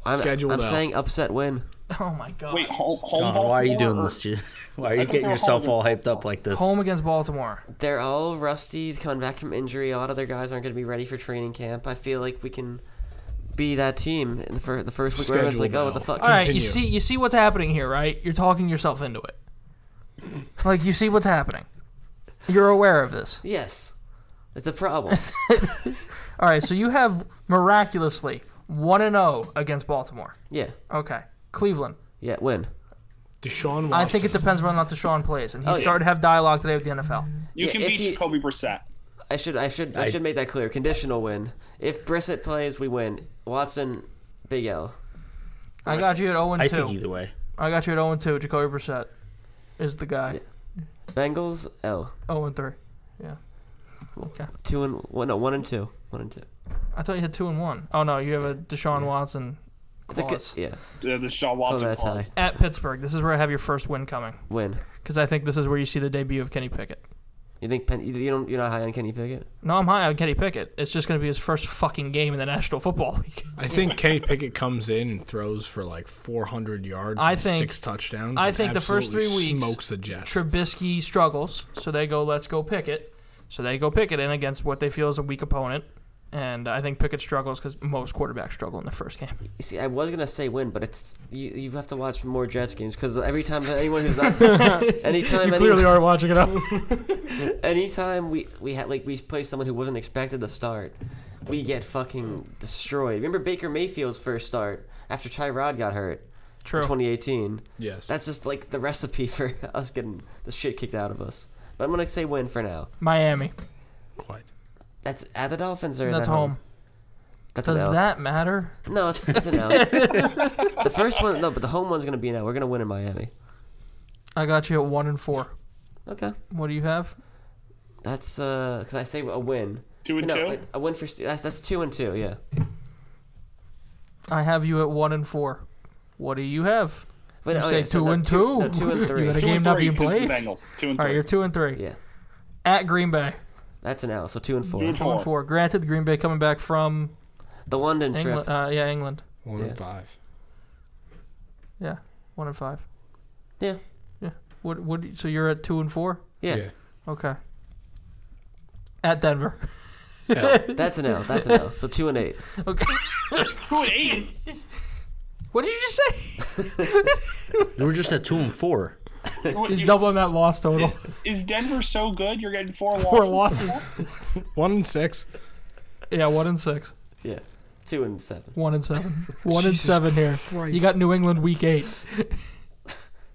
I'm,
Scheduled
I'm
out.
saying upset win.
Oh my god.
Wait, home, home
John, why are you
Baltimore
doing
or-
this to you? Why are you
think
getting
they're
yourself
holding.
all hyped up like this?
Home against Baltimore.
They're all rusty, coming back from injury. A lot of their guys aren't going to be ready for training camp. I feel like we can be that team in the, fir- the first week. Where everyone's like,
Scheduled
oh, what the
out.
fuck?
All right, you
Continue.
see you see what's happening here, right? You're talking yourself into it. Like you see what's happening. You're aware of this.
Yes, it's a problem.
All right, so you have miraculously 1 and 0 against Baltimore.
yeah,
Okay. Cleveland.
yeah, win.
Deshaun Watson.
I think it depends whether or not Deshaun plays. And he started to have dialogue today with the NFL.
You
Yeah,
can
if
beat
you-
Kobe Brissett. uh,
I should I should I,
I-
should make that clear. Conditional win. If Brissett plays, we win. Watson, Big L.
I got you at 0 and 2.
I think either way.
I got you at 0 and 2. Jacoby Brissett is the guy.
Bengals L.
0 and 3. Yeah. Okay.
Two and one. No, one and two. One and two.
I thought you had 2 and 1. Oh, no. You have a Deshaun Watson
The co-
clause.
yeah,
Uh, the Shaw
oh,
Watson
that's high.
clause.
At Pittsburgh. This is where I have your first win coming.
Win.
Because I think this is where you see the debut of Kenny Pickett.
You think Penn, you, you don't? You're not high on Kenny Pickett.
No, I'm high on Kenny Pickett. It's just going to be his first fucking game in the National Football League.
I think Kenny Pickett comes in and throws for like 400 yards,
I
and
think-
six touchdowns.
I
and
think the first
absolutely
three weeks,
smokes the Jets.
Trubisky struggles, so they go, let's go Pickett. So they go Pickett in against what they feel is a weak opponent. And I think Pickett struggles because most quarterbacks struggle in the first game.
You see, I was gonna say win, but it's you. You have to watch more Jets games because every time anyone who's not, anytime anyone,
aren't watching it up.
anytime we we had like we play someone who wasn't expected to start, we get fucking destroyed. Remember Baker Mayfield's first start after Tyrod got hurt
True.
in 2018.
yes.
That's just like the recipe for us getting the shit kicked out of us. But I'm gonna say win for now.
Miami.
quite.
That's at the Dolphins or
That's
at
home.
That's an
Does
L.
that matter?
No, it's, it's an L. the first one, no, but the home one's gonna be an L. We're gonna win in Miami.
I got you at one and four.
Okay,
What do you have?
that's uh, because I say a win.
Two and
no,
two?
wait, a win for Stu- that's that's two and two. Yeah,
I have you at one and four. What do you have?
Wait,
You
oh,
say
yeah, so
two
no,
and two?
No, two
You
and three.
gotta The
Two
game
and
not
three
being
'cause of
played?
The Bengals. Two and
All right,
three.
you're two and three.
yeah,
At Green Bay.
that's an L. So two and four.
Two and
Two and
four.
four. Granted, Green Bay coming back from
The London trip.
England. Uh, yeah, England.
One
Yeah.
and five.
Yeah, one and five.
Yeah.
Yeah. What? What? do you- So you're at two and four.
Yeah,
Okay. At Denver.
L.
that's an L. That's an L. So two and eight.
Okay.
Two and eight.
What did you just say?
We were just at two and four.
What,
He's
you-
doubling that loss total.
Is Denver so good? You're getting four,
Four
losses.
losses.
One and six.
Yeah, one and six.
Yeah, two and seven.
One and seven. One and
Jesus
seven here. You got New England week eight.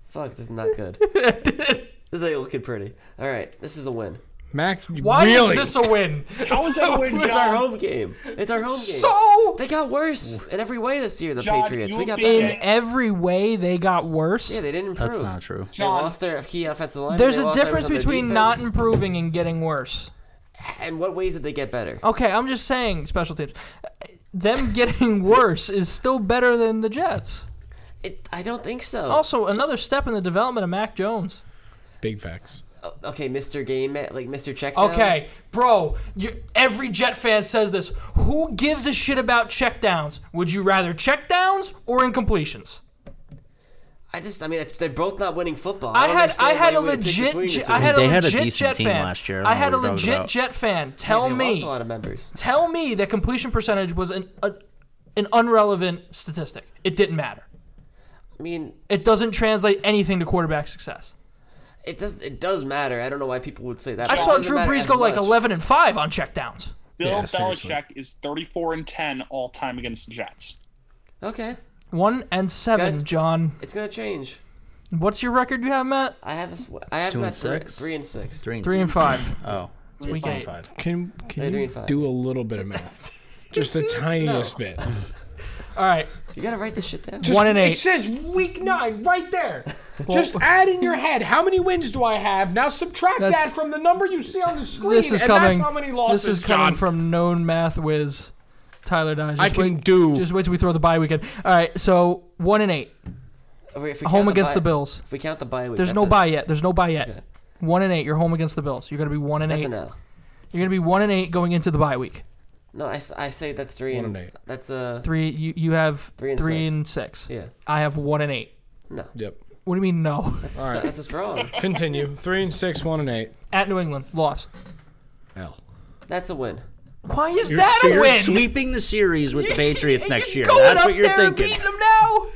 Fuck, this is not good. this ain't looking pretty. All right, this is a win.
Mac,
Why
really?
is this a win?
How is that a win,
It's our
John?
home game. It's our home game.
So
They got worse in every way this year. The
John,
Patriots.
you
We
will
got
be
better.
in every way they got worse.
Yeah, they didn't improve.
That's not true.
They
John.
lost their key offensive line.
There's a difference between not improving and getting worse.
and what ways did they get better?
Okay, I'm just saying special teams. Them getting worse is still better than the Jets.
It, I don't think so.
Also, another step in the development of Mac Jones.
Big facts.
okay, Mr. Game, Ma- like Mr. Check. Down.
Okay, bro, you, every Jet fan says this. Who gives a shit about checkdowns? Would you rather checkdowns or incompletions?
I just, I mean, they're both not winning football.
I
don't
had
understand
I had
why
a
you wouldn't pick
legit
between the
Je-
two.
I had
They
a
had a
legit
decent
Jet
team
fan.
last year. I
I
don't know
had a
what you're talking
legit
about.
Jet fan
They
tell me
lost a lot of members.
tell me that completion percentage was an a, an unrelevant statistic. It didn't matter.
I mean,
It doesn't translate anything to quarterback success.
it does it does matter. I don't know why people would say that.
I
but it
saw
doesn't
Drew
matter
Brees
as
go like
much.
11 and 5 on checkdowns.
Bill
Yeah, seriously.
Belichick is 34 and 10 all time against the Jets.
Okay,
1 and 7,
Guys-
John.
it's gonna change.
What's your record you have, Matt?
I have a sw- I have
Two
him
and
at three,
six?
three and six.
Three and,
3 and 5.
Oh, three
week
and
eight.
five.
Can
Hey,
can
three
you
and five.
do a little bit of math? Just the tiniest bit.
All right.
You gotta write this shit down.
One and eight.
It says week nine right there. Just add in your head how many wins do I have? Now subtract
That's-
that from the number you see on the screen.
This is
and
coming.
That's how many losses,
this is coming
John.
from known math whiz Tyler Dodge.
I
Just
can
wait,
do.
Just wait till we throw the bye weekend. All right, so 1 and 8.
If we- if we
Home
count
against the
bye-
Bills.
If we count the bye week,
There's
that's
no
a-
bye yet. There's no bye yet.
Okay.
1 and 8. You're home against the Bills. You're going to be 1 and
That's
8.
a no.
You're going to be 1 and 8 going into the bye week.
No, I, s- I say that's three
One
and
and eight.
That's a
3 you, you have 3
Three
and
and
3
six.
and 6.
yeah.
I have 1 and 8.
Yep.
What do you mean no?
That's
All right.
that's a strong.
Continue. Three and six, one and eight.
At New England, loss.
L.
That's a win.
Why is that
So
a
you're
win?
sweeping the series with the Patriots next year.
Going
That's
up
what you're
there and
thinking.
beating them now.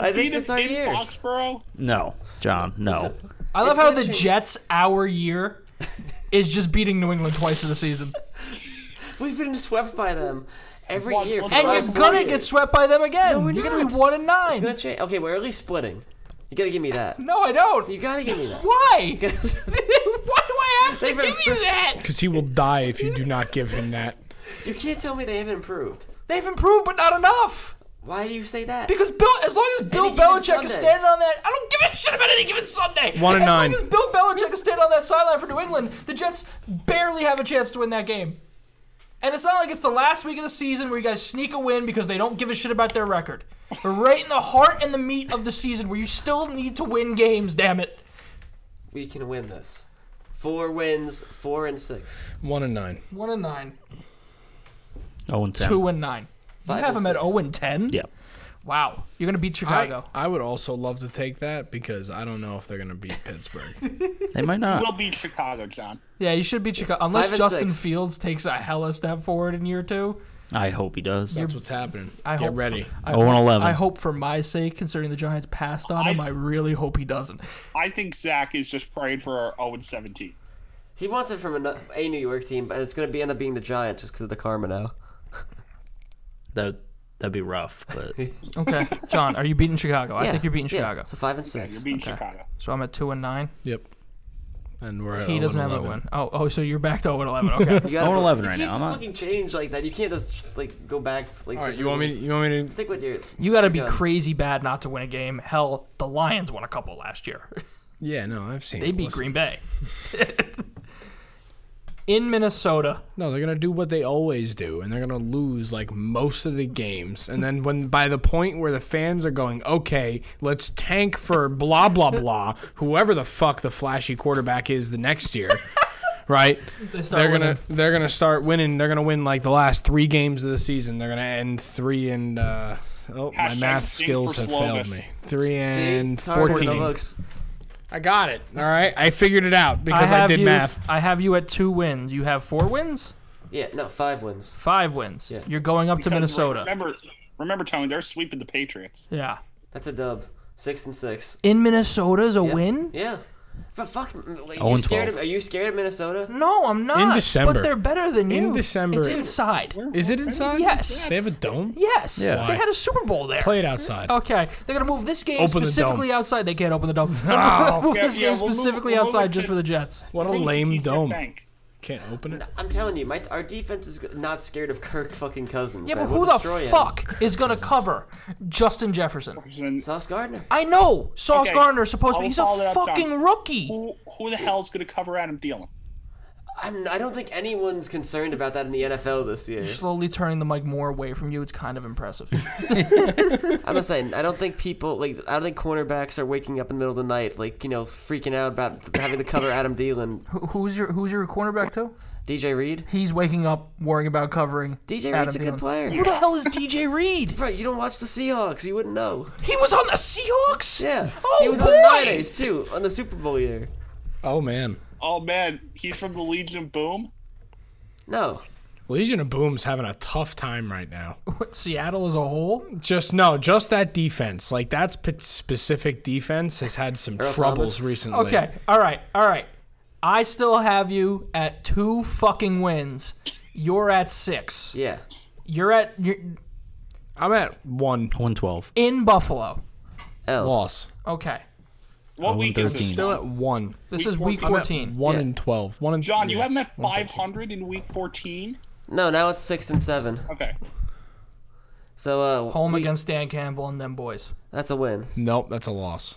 I think
Beat him
it's our
in
year.
Foxborough.
No, John. No.
I love
It's
how
gonna
the
change.
Jets our year is just beating New England twice in the season,
We've been swept by them every
Once,
year.
once,
for the
and
last
you're
Five
four
gonna
years.
get swept by them again.
we're
you're gonna be
not.
one and
It's gonna
nine.
change. Okay, we're at least splitting. You gotta give me that.
No, I don't.
You gotta give me that.
Why? Why do I have to
They've been-
give you that?
Because he will die if you do not give him that.
You can't tell me they haven't improved.
They've improved, but not enough.
Why do you say that?
Because Bill, as long as Bill
given
Belichick
Sunday.
is standing on that, I don't give a shit about any given Sunday.
One and
as
nine.
long as Bill Belichick is standing on that sideline for New England, the Jets barely have a chance to win that game. And it's not like it's the last week of the season where you guys sneak a win because they don't give a shit about their record. We're right in the heart and the meat of the season where you still need to win games. Damn it!
we can win this. Four wins, four and six.
One and nine.
One and nine,
Oh, and ten.
two and nine.
Five
you have
and
them at
six.
zero and ten.
Yeah.
Wow, you're gonna beat
I,
Chicago.
I would also love to take that because I don't know if they're going to beat Pittsburgh.
They might
We'll
not.
beat Chicago, John.
yeah, you should beat Chicago unless
Five and
Justin
six.
Fields takes a hella step forward in year two.
I hope he does.
That's what's happening.
I
Get
hope
ready.
I,
Oh, and 11.
I hope for my sake, considering the Giants passed on him, I
I-
really hope he doesn't.
I think Zach is just praying for our 0 17.
He wants it from a, a New York team, but it's gonna be end up being the Giants just because of the karma now.
That that'd be rough, but
Okay, John, are you beating Chicago? I think you're beating
Yeah,
Chicago.
So five and
You're
six.
beating Chicago.
So I'm at two and nine.
Yep. And we're at
He
0
doesn't have
and
a
11.
win. Oh, oh, so you're back to 0 and 11. Okay.
You gotta-
0-11
you
right
can't
now,
Just
I'm not-
fucking change like that. You can't just like go back. Like,
All right, you want me? To, you want me to?
stick with your.
you got to be
guys.
crazy bad not to win a game. Hell, the Lions won a couple last year.
Yeah, no, I've seen.
they
it.
beat
Listen.
Green Bay. In Minnesota,
No, they're gonna do what they always do, and they're gonna lose like most of the games. And then when by the point where the fans are going, okay, let's tank for blah blah blah, whoever the fuck the flashy quarterback is the next year, right?
they start
They're
winning.
gonna they're gonna start winning. They're gonna win like the last three games of the season. They're gonna end three and uh, oh, my
Hashtag
math
stink
skills
for
have failed
Slovis.
me. Three and
See? It's hard for the
fourteen.
looks.
I got it. All right, I figured it out because I,
have
did
you,
math.
I have you at two wins. You have four wins,
Yeah, no, five wins.
five wins.
Yeah.
You're going up to Minnesota.
Remember, remember, Tony, they're sweeping the Patriots.
Yeah.
That's a dub. Six and six.
in Minnesota is a
Yeah.
win?
Yeah. But fuck, like,
Oh
you
and
scared
12.
of, are you scared of Minnesota?
No, I'm not.
In December.
But they're better than you.
In December.
It's inside.
Is it inside?
Yes.
They have a dome.
Yes.
Yeah.
They had a Super Bowl there.
Play it outside.
Okay. They're going to move this game
Open the
specifically outside. They can't open the dome. They're gonna move
Yeah,
this
yeah,
game
we'll move-
specifically
we'll move
outside
it
just
to-
for the Jets.
What a
Move it to
lame
TD
dome.
Bank.
Can't open it.
I'm telling you, my our defense is not scared of Kirk fucking Cousins.
Yeah, but
man.
who
We'll
the
destroy him.
fuck is going to cover Justin Jefferson?
And
Sauce Gardner.
I know Sauce
Okay,
Gardner is supposed to be.
I'll
He's a
follow that up, John.
fucking rookie.
Who, who the hell's going to cover Adam Thielen?
I I'm, I don't think anyone's concerned about that in the NFL this year.
Slowly turning the mic more away from you, it's kind of impressive.
I'm just saying, I don't think people like I don't think cornerbacks are waking up in the middle of the night like you know freaking out about having to cover Adam Thielen,
Who- who's your Who's your cornerback too?
DJ Reed.
He's waking up worrying about covering.
DJ
Adam
Reed's a
Thielen.
good player.
Who the hell is DJ Reed?
Right, you don't watch the Seahawks, you wouldn't know.
He was on the Seahawks.
Yeah,
Oh,
he was on
boy!
the Fridays too on the Super Bowl year.
Oh man,
Oh man, he's from the Legion of Boom.
No,
Legion of Boom's having a tough time right now.
What, Seattle as a whole.
Just no, just that defense. Like that sp- specific defense has had some
Earl
troubles
Thomas?
recently.
Okay. All right. All right. I still have you at two fucking wins. You're at six.
yeah,
You're at you're
I'm at one
One twelve.
in Buffalo.
L.
loss.
Okay.
What week is
13.
this?
Still at one.
This
Week
is week
I'm at
14.
one
Yeah.
and twelve. One and
John, you
yeah.
have him at 500 in week 14.
No, now it's six and seven.
Okay.
So uh,
Home
we-
against Dan Campbell and them boys.
That's a win.
Nope, that's a loss.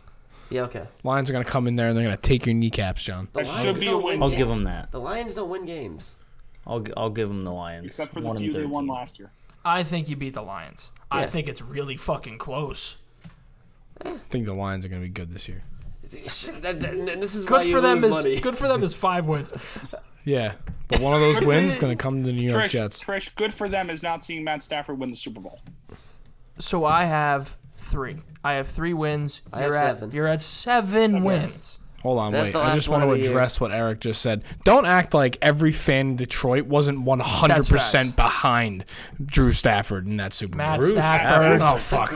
Yeah, okay.
Lions are gonna come in there and they're gonna take your kneecaps, John.
The
That should
Lions
be a
don't
win.
win.
I'll
games.
give them that.
The Lions don't win games.
I'll g- I'll give them the Lions.
Except for the
one
few
and
they won
thirteen.
last year.
I think you beat the Lions. I
Yeah.
think it's really fucking close.
I think the Lions are gonna be good this year.
That- that- and This is why
Good
you
for them
lose
is
money.
good for them is 5 wins.
Yeah, but one of those wins gonna come to the New York
Trish,
Jets.
Trish, good for them is not seeing Matt Stafford win the Super Bowl.
So I have 3. I have 3 wins.
I have
You're at
seven.
you're at 7 wins.
Hold on,
That's
wait.
the
I
last
just
one
want to
of the year.
address what Eric just said. Don't act like every fan in Detroit wasn't 100% behind Drew Stafford in that Super Bowl.
Matt
Drew
Stafford.
Oh, fuck.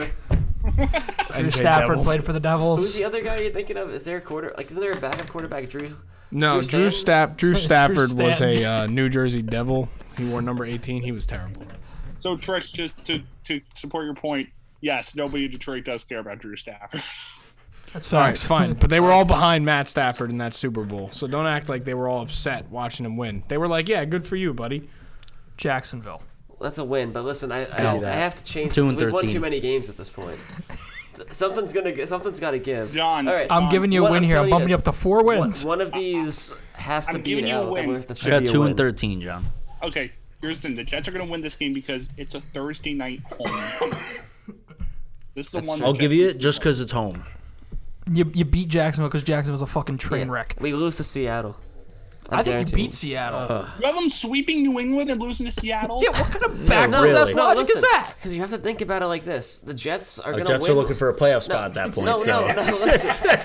Drew Stafford
Devils.
played for the Devils.
Who's the other guy you're thinking of? Is there a quarter? Like, isn't there a backup quarterback, Drew?
No,
Drew
Drew, Staff- Drew Stafford was a
Stanton.
uh, New Jersey Devil. He wore number 18. He was terrible.
So, Trish, just to, to support your point, yes, nobody in Detroit does care about Drew Stafford.
That's
All right,
facts.
it's fine. But they were all behind Matt Stafford in that Super Bowl. So don't act like they were all upset watching him win. They were like, yeah, good for you, buddy.
Jacksonville.
That's a win. But listen, I I, I
that.
have to change.
Two and
We've won
13.
too many games at this point. something's gonna. g- Something's got to give.
John,
All right.
I'm
Um,
giving you a
what
win
I'm
here. I'm
telling you
bumping
is-
you up to 4
one,
wins.
one of these has to
I'm
be an
giving you a
L.
win.
There should
I got
be a
two
win.
and thirteen, John.
Okay, here's the thing. The Jets are going to win this game because it's a Thursday night home. game. this is the one. the
I'll
Jets
give you it
need to
just
win.
because it's home.
You, you beat Jacksonville because Jacksonville's a fucking train wreck.
We lose to Seattle. I'm
I think you
guaranteeing.
beat Seattle.
You have them sweeping New England and losing to Seattle.
yeah, what kind of backwards
really.
ass
No,
logic is that?
Because you have to think about it like this: the Jets are
The
going to
Jets
win.
are looking for a playoff spot at that point.
no,
so.
no, no. Listen,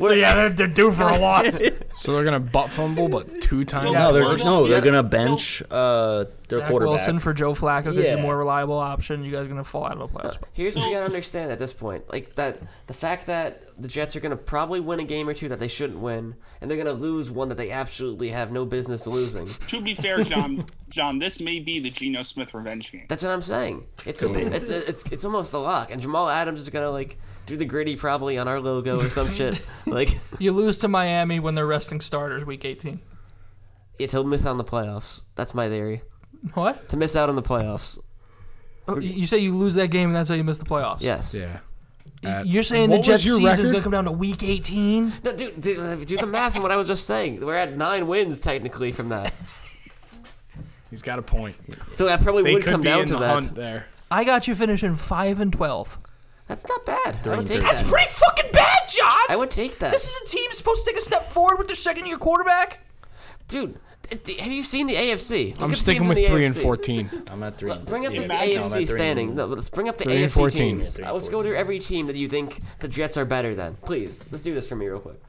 So yeah, they're, they're due for a loss.
So they're going to butt fumble, but two times.
No, they're
First-
no, they're
yeah.
gonna bench uh, their
Zach
quarterback.
Wilson for Joe Flacco because he's a
Yeah.
more reliable option. You guys are gonna fall out of the playoffs.
Here's what you gotta understand at this point: like that, the fact that the Jets are gonna probably win a game or two that they shouldn't win, and they're gonna lose one that they absolutely have no business losing.
To be fair, John, John, this may be the Geno Smith revenge game.
That's what I'm saying. It's just, it's it's it's almost a lock, and Jamal Adams is gonna like do the gritty probably on our logo or some shit. Like
You lose to Miami when they're resting starters week 18.
it's he'll miss out on the playoffs. That's my theory.
What?
To miss out on the playoffs.
Oh, you- You say you lose that game and that's how you miss the playoffs?
Yes.
Yeah.
Y- You're saying
What
the
was
Jets
your
season's
record?
gonna come down to week 18?
No, dude, do, do the math on what I was just saying. We're at nine wins technically from that,
He's got a point.
so that probably
They
would
could
come
be
down
in
to
the
that.
hunt there.
I got you finishing five and 12.
That's not bad. I would
and
take
thirteen.
that.
That's pretty fucking bad, John.
I would take that.
This is a team supposed to take a step forward with their second year quarterback.
Dude, it's the- have you seen the AFC? Look
I'm
at
sticking
teams
with
in the
three and
AFC.
fourteen.
I'm at three.
Bring up
yeah,
this
no, I'm at three
AFC
and-
standing. No, let's bring up the
Three and
AFC
14.
teams.
Yeah, three
Uh,
and
let's go through every team that you think the Jets are better than. Please, let's do this for me real quick.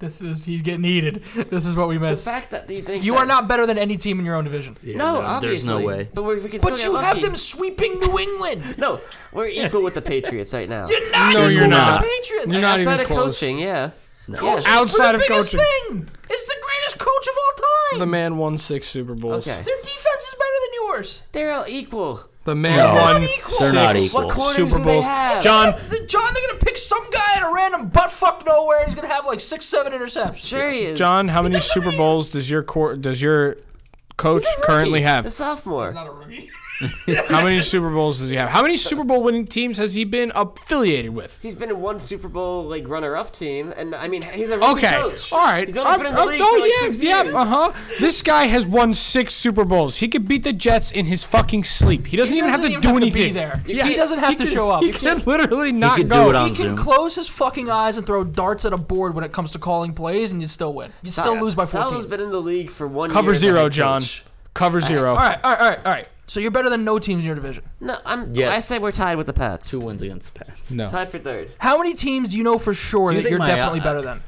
This is he's getting heated. This is what we
The
missed.
fact that you think
You
that-
are not better than any team in your own division.
No,
no, there's
obviously.
no way.
But we we can still
But
get
you have
lucky.
them sweeping New England.
No, we're equal with the Patriots right now.
You're not
No,
equal
you're
with
not.
The Patriots.
You're not
Outside
even
of
close.
coaching, yeah.
Coach
Yeah.
Outside
is
of
the biggest
coaching.
thing. It's the greatest coach of all time.
The man won six Super Bowls.
Okay.
Their defense is better than yours.
They're all equal.
The man
No.
won
They're not equal.
six
They're not equal.
What corners
Super
do
Bowls.
they have?
John,
The- John, they're gonna pick some guy out of random butt fuck nowhere, and he's gonna have like six, seven interceptions.
Sure he is.
John, how many
doesn't
Super
mean-
Bowls does your cor- does your coach
He's a rookie,
currently have?
The sophomore.
a rookie.
How many Super Bowls does he have? How many Super Bowl winning teams has he been affiliated with?
He's been in one Super Bowl like runner-up team, and I mean he's a really good
Okay,
coach.
all right.
He's only
I'm-
been in the
I'm-
league
oh
for like
yeah,
six
yeah,
years.
uh huh. This guy has won six Super Bowls. He could beat the Jets in his fucking sleep. He doesn't,
He
even have to
doesn't even
do
have to be
anything
there. You
Yeah,
can't- doesn't have
he
to
could-
show up.
He
You
can literally not
could do
go.
it on-
He
Zoom.
can close his fucking eyes and throw darts at a board when it comes to calling plays, and you'd still win. You'd still lose by
Salvo's
14.
been in the league for one. year
Cover
as a head
zero,
coach.
John. Cover zero.
all right, all right, all right, all right. So you're better than no teams in your division.
No, I'm.
Yeah.
I say we're tied with the Pats.
Two wins against the Pats.
No.
Tied for third.
How many teams do you know for sure
you
that
think
you're
my,
definitely
uh,
better than?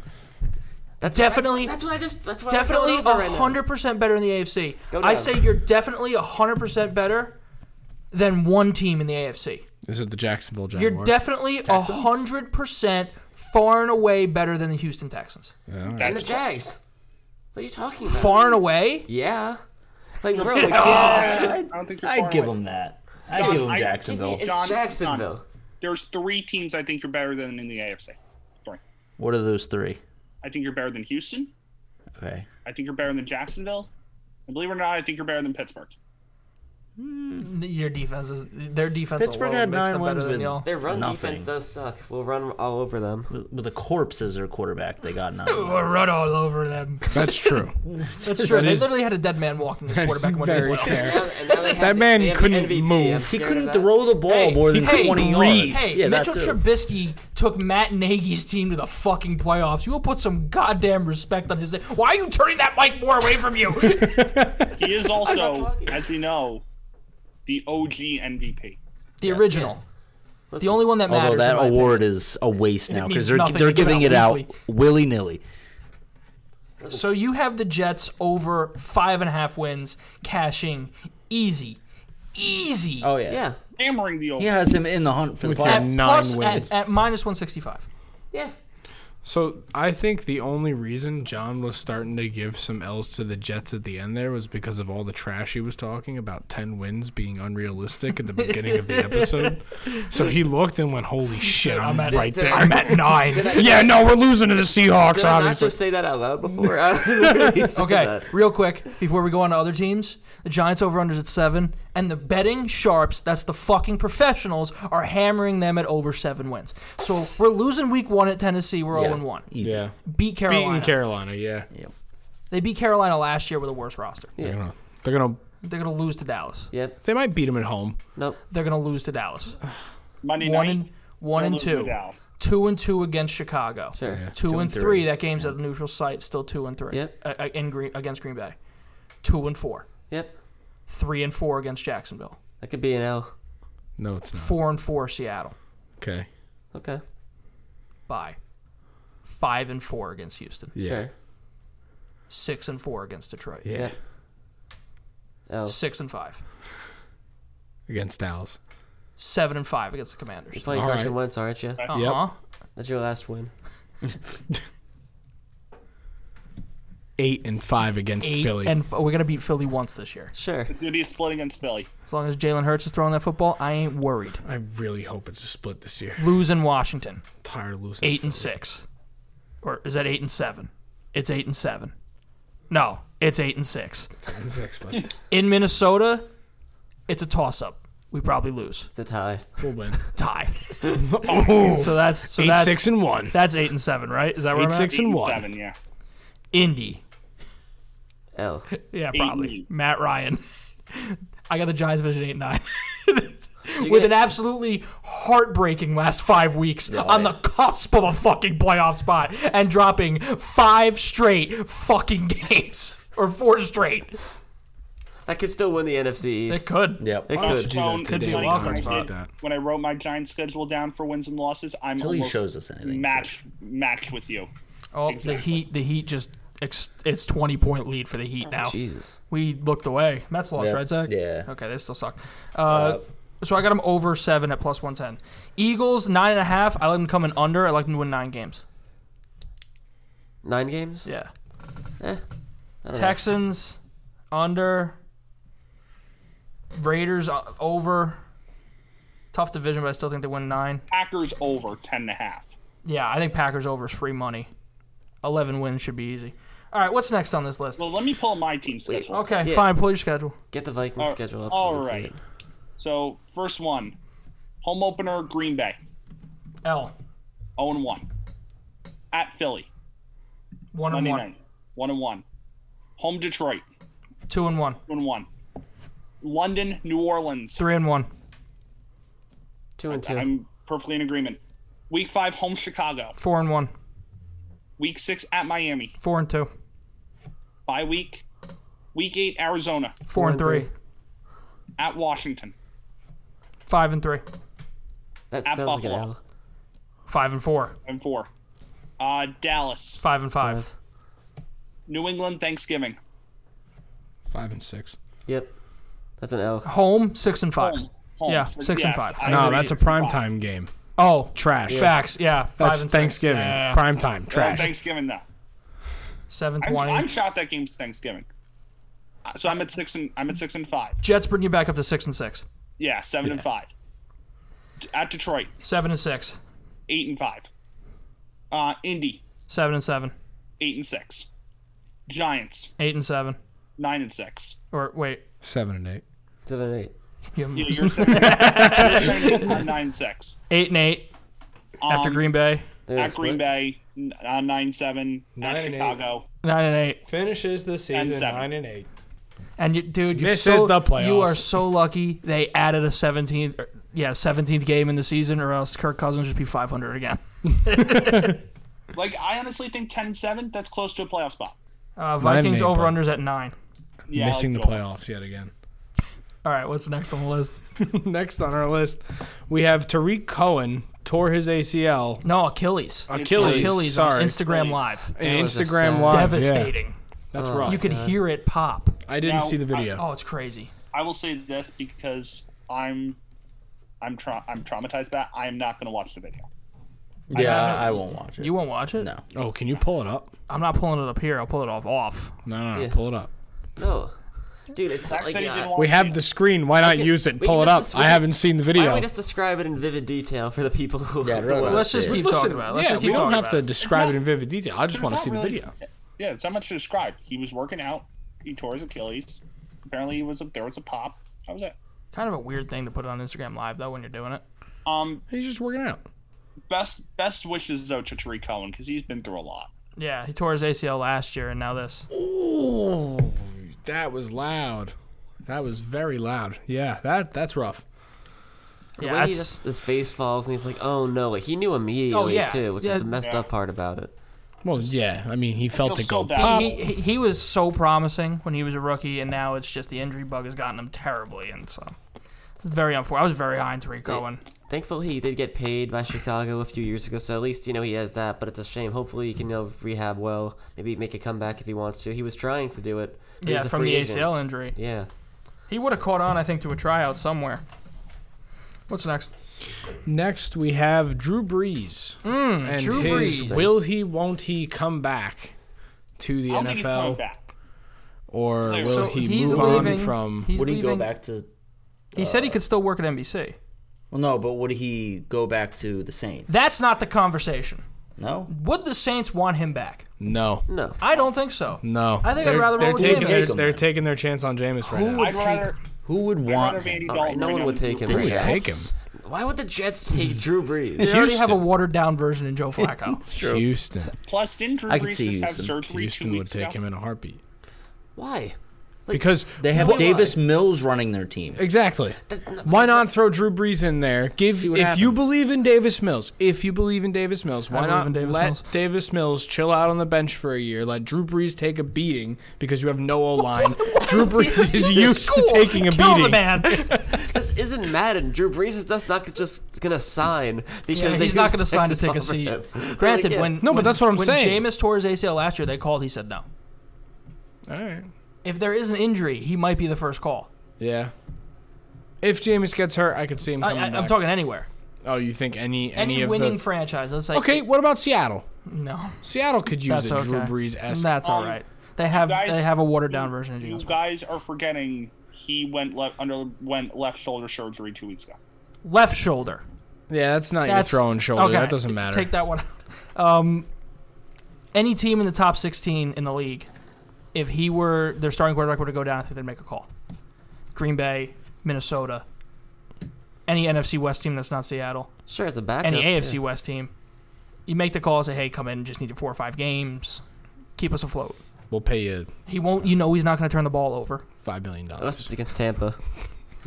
That's
Definitely-
That's, that's what I just. That's what
Definitely
I'm going over right now.
100% better in the AFC.
Go
I
down.
say you're definitely 100% better than one team in the AFC.
Is it the Jacksonville Jaguars?
You're definitely definitely 100% far and away better than the Houston Texans.
And the Jags. What are you talking about?
Far and away?
Yeah. Like bro, like,
I don't think you're
I'd
far
give
away.
him that. I'd
John,
give him
I-
Jacksonville.
it's
John,
Jacksonville.
There's three teams I think you're better than in the AFC. Sorry.
What are those three?
I think you're better than Houston.
Okay.
I think you're better than Jacksonville. And believe it or not, I think you're better than Pittsburgh.
Your defense is their defense
Pittsburgh
alone
had
makes
nine
them
wins
better than
with-
y'all.
Their run
Nothing.
defense does suck. We'll run all over them.
With, with a corpse as their quarterback, they got nine.
We'll
wins.
run all over them.
That's true.
That's true. They literally had a dead man walking as quarterback and went to the
Very
playoffs.
fair.
Now- and now they have
That
the-
man
they have the
couldn't
MVP. I'm
move.
He
scared of
couldn't
that.
throw the ball
Hey,
more than
hey,
20
breathe.
yards.
Hey,
yeah,
Mitchell
that too.
Trubisky took Matt Nagy's team to the fucking playoffs. You will put some goddamn respect on his name. Why are you turning that mic more away from you?
He is
not
also,
talking.
as we know, the OG MVP.
the original. The only one that matters.
Although that
in my opinion.
award is a waste now
means
because they're,
nothing.
they're
They give it
giving
out
it out
weekly.
willy nilly.
So you have the Jets over five and a half wins, cashing easy, easy.
Oh yeah.
Yeah.
Hammering the old.
He has him in the hunt for the
With your
at
playoffs.
nine
plus-
wins.
at, at minus one sixty five.
Yeah.
So I think the only reason John was starting to give some L's to the Jets at the end there was because of all the trash he was talking about ten wins being unrealistic at the beginning of the episode. So he looked and went, "Holy shit, I'm, right
did
there.
I-
I'm at nine. yeah, no, we're losing to the Seahawks,
Did I not
obviously."
just say that out loud before? I literally said
Okay,
that.
real quick before we go on to other teams, the Giants over unders at seven, and the betting sharps, that's the fucking professionals, are hammering them at over seven wins. So we're losing week one at Tennessee. We're zero and one.
Easy.
Yeah,
Beat Carolina.
beating Carolina. Yeah,
They beat Carolina last year with a worse roster.
They're, gonna, they're gonna.
They're gonna lose to Dallas.
Yep.
They might beat him at home.
Nope.
They're gonna lose to Dallas.
Monday
One
night.
and one and
losing to
two.
Dallas.
Two and two against Chicago.
Sure.
Two, and three. That game's at a neutral site. Still two and three.
Yep.
Uh, uh, in Green against Green Bay. Two and four.
Yep.
Three and four against Jacksonville.
That could be an L.
No, it's not.
Four and four Seattle.
Okay.
Okay.
Bye. Five and four against Houston.
Yeah.
Sure.
Six and four against Detroit.
Yeah.
Yep. L.
Six and five.
Against Dallas.
Seven and five against the Commanders.
You're playing
All
Carson
right.
Wentz, aren't you?
Uh
Yep.
huh.
That's your last win.
Eight and five against
Eight
Philly.
and f- we're gonna beat Philly once this year.
Sure.
It's going to be a split against Philly.
As long as Jalen Hurts is throwing that football, I ain't worried.
I really hope it's a split this year.
Lose in Washington.
tired of losing.
Eight and six. Or is that eight and seven? It's eight and seven. No, it's eight and six.
and six, but
In Minnesota, it's a toss up. We probably lose.
The tie.
we'll win.
Tie.
Oh,
So that's so
eight,
that's
six, and one.
that's eight and seven, right? Is that where
Eight,
I'm at?
six,
Eight
and
and
one.
Seven, yeah.
Indy.
L.
Yeah,
Eight
probably.
and eight.
Matt Ryan. I got the Giants Vision 8 9.
So
With
you're
an
gonna-
absolutely heartbreaking last five weeks on the
yeah.
cusp of a fucking playoff spot and dropping five straight fucking games. Or four straight.
That could still win the NFC
It
East.
could.
Yep.
It
Well,
could.
Tone,
Could
it's
be a
funny
wild
when I
card spot.
did- When I wrote my giant schedule down for wins and losses, I'm
Until he
almost
shows us anything.
match matched with you.
Oh, the
Exactly.
Heat. The Heat just ex- it's twenty point lead for the Heat now.
Jesus.
We looked away. Mets lost,
Yeah.
right, Zach?
Yeah.
Okay, they still suck. Uh, so I got them over seven at plus one ten. Eagles nine and a half. I let them come in under. I like them to win nine games.
Nine games?
Yeah.
Eh, I don't know.
Texans under. Raiders uh, over. Tough division, but I still think they win nine.
Packers over 10 and a half.
Yeah, I think Packers over is free money. Eleven wins should be easy. All right, what's next on this list?
Well, let me pull my team schedule.
Okay,
Yeah.
fine. Pull your schedule.
Get the Vikings
All-
schedule up.
all
so we can see
right.
it.
So first one, home opener Green Bay,
L.
0 and 1. At Philly,
One
Oh
and
Monday
one.
night, 1 and 1. Home Detroit,
Two and one.
2 and 1. London, New Orleans.
Three and one.
Two and 2
I'm perfectly in agreement. Week 5 home Chicago,
Four and one.
week 6 at Miami,
Four and two.
bye week. Week 8 Arizona,
Four, and three.
at Washington,
Five and three.
That
At
sounds like an
Buffalo.
L.
Five and four.
and 4. Uh, Dallas,
Five and five.
Five.
New England Thanksgiving.
Five and six.
Yep. That's an L.
Home six and five.
Home. home.
Yeah, six and five.
I
No,
agree,
that's a
six and
prime
five.
time game.
Oh,
Trash.
facts. Yeah, five
That's
and six.
Thanksgiving.
Yeah, yeah, yeah.
Prime time.
Oh,
Trash.
Thanksgiving though.
Seven
I'm,
twenty.
I'm shot that game's Thanksgiving. Uh, So I'm at six and I'm at six and five.
Jets bring you back up to six and six.
Yeah, seven and five. D- At Detroit,
Seven and six.
eight and five. Uh, Indy,
Seven and seven.
eight and six. Giants,
Eight and seven.
nine and six.
Or wait,
Seven and eight.
Seven and eight.
you have
Yeah, You're seven. you're seven I'm nine and six.
eight and eight after
Um,
Green Bay.
There
At
is
Green
split.
Bay, n- uh, nine seven.
Nine
at
and eight.
Chicago,
Nine and eight.
Finishes the season
seven.
nine and eight.
And you, dude, you're
This
so,
is the
You are
playoffs.
so lucky they added a 17th, or- yeah, 17th game in the season, or else Kirk Cousins would just be 500 again.
like I honestly think 10-7, That's close to a playoff spot.
Uh, Vikings
Nine and eight,
over
bud.
unders at nine.
Yeah,
Missing the
like, Joel.
playoffs yet again.
All right, what's next on the list?
Next on our list, we have Tariq Cohen tore his ACL.
No, Achilles.
Achilles.
Achilles
sorry.
on Instagram
Achilles.
Live.
An
That was a
Instagram
sad-
live. yeah.
Devastating.
That's rough.
You could hear it pop.
I didn't
Now,
see the
I-
video.
Oh, it's crazy.
I will say this because I'm I'm tra- I'm traumatized by it. I'm not going to watch the video.
Yeah, I won't watch it.
You won't watch it?
No.
Oh, can you pull it up?
I'm not pulling it up here. I'll pull it off off.
No, no, no.
Yeah.
Pull it up.
No. Dude, it's
Zach
like.
said he
Oh, yeah,
didn't want
We
to see
have
it.
the screen. Why not use it?
we
Pull it
can
up.
just- we
I
can-
haven't seen the
Why don't
video.
we just describe it in vivid detail for the people who.
Yeah,
the
really.
ones-
Let's just
Yeah.
keep talking about it. Let's
yeah,
just keep
we don't
talking
have
about
to
it.
describe
not-
it in vivid detail. I just
There's
want to
not
see the
really-
video.
Yeah, it's not much to describe. He was working out. He tore his Achilles. Apparently, he was a, there was a pop. That was it.
Kind of a weird thing to put on Instagram Live though when you're doing it.
Um,
He's just working out.
best best wishes though to Tariq Cohen because he's been through a lot.
Yeah, he tore his ACL last year, and now this.
Ooh, that was loud. That was very loud. Yeah, that that's rough.
when
Yeah,
he
that's-
just, his face falls and he's like, "Oh no!" Like he knew immediately
Oh, yeah.
too, which
Yeah.
is the messed up part about it.
Well, yeah. I mean, he felt
Feels
it
so
go
bad.
pop.
he, he he was so promising when he was a rookie, and now it's just the injury bug has gotten him terribly, and so it's very unfortunate. I was very high on Tariq Cohen.
Thankfully, he did get paid by Chicago a few years ago, so at least you know he has that. But it's a shame. Hopefully, he can you know, rehab well. Maybe make a comeback if he wants to. He was trying to do it. but he
Yeah,
was a
from
free
the
agent.
ACL injury,
Yeah,
he would have caught on, I think, to a tryout somewhere. What's next?
Next, we have Drew Brees and
Drew
his
Brees.
will he, won't he come back to the
I don't think he's coming
NFL,
back.
or will
So
he
he's
move on
leaving.
from?
He's
Would he go
leaving-
back to?
He said he could still work at NBC.
Well, no, but would he go back to the Saints?
That's not the conversation.
No.
Would the Saints want him back?
No,
no.
I don't think so.
no.
I think I'd
they're,
rather roll
they're
with
taking
Jameis.
their,
Take him,
they're
man.
taking their chance on Jameis right now.
would
I'd
take-
rather
Who would
I'd
want
rather have
him?
Andy
All
Dalton
right, no
right
one
now
would
than
take him.
Drew
right
would
now.
take him.
Why would the Jets take Drew
They
Brees?
already have a watered down version in Joe Flacco.
Houston,
Plus, didn't Drew
I could
Brees
see
just have
Houston.
surgery
Houston
two
would
weeks
take
ago?
him in a heartbeat
Why?
because
They have
what-
Davis Mills running their team.
Exactly. Why not throw Drew Brees in there? Give
See
if
what
you
happens.
believe in Davis Mills. If you believe in Davis Mills, why
believe
not
in Davis
let
Mills.
Davis Mills chill out on the bench for a year? Let Drew Brees take a beating because you have no O line. Drew Brees is used to
Cool.
taking a
Kill the
beating.
man.
This isn't Madden. Drew Brees is just not just gonna sign because
Yeah,
they
he's not going to
just
sign to
just
take a
offered
seat.
him.
Granted,
Like, yeah.
when
No, but
when-
that's what I'm
when
saying.
Jameis tore his ACL last year, they called. He said no.
All right.
If there is an injury, he might be the first call.
Yeah. If Jameis gets hurt, I could see him
I,
coming
I, I'm
back.
talking anywhere.
oh, you think any any,
Any
of
winning
the?
franchise, let's say
okay, what about Seattle?
no,
Seattle could use
that's
a
okay.
Drew Brees esque.
That's all
Um,
right. They have
guys,
they have a watered down version of
You
James.
guys are forgetting he went left underwent left shoulder surgery two weeks ago.
Left shoulder.
Yeah, that's not
That's
your throwing shoulder.
okay.
That doesn't matter.
Take that one. out. Um, any team in the top 16 in the league, if he were their starting quarterback were to go down, I think they'd make a call. Green Bay, Minnesota, any NFC West team that's not Seattle,
Sure, as a backup.
any AFC
yeah.
West team. You make the call, say, "Hey, come in, just need four or five games, keep us afloat."
We'll pay you
He won't. You know, he's not going to turn the ball over
five million dollars.
Unless it's against Tampa.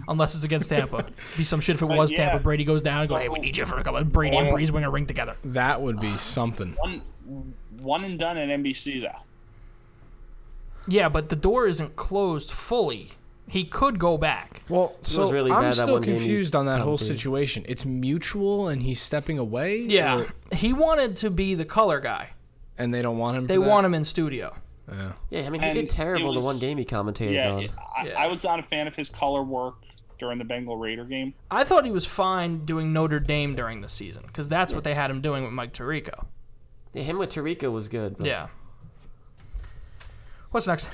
unless it's against Tampa. Be some shit if it was
yeah.
Tampa. Brady goes down and go, "Hey, we need you for a couple." Brady and
Oh.
Breeze win a ring together.
That would be something.
One, one and done at NBC though.
Yeah, but the door isn't closed fully. He could go back.
Well, so
really bad
I'm
that
still
one game you
confused on that whole
agree.
situation. It's mutual, and he's stepping away.
Yeah,
or-
he wanted to be the color guy.
and they don't want him.
They want him in studio.
Yeah, I mean, he
And
did terrible
it
the
was-
one game he commentated
Yeah,
on.
I,
Yeah.
I was not a fan of his color work during the Bengal Raider game.
I thought he was fine doing Notre Dame during the season because that's what they had him doing with Mike Tirico.
Yeah, him with Tarika was good. But
Yeah. What's next?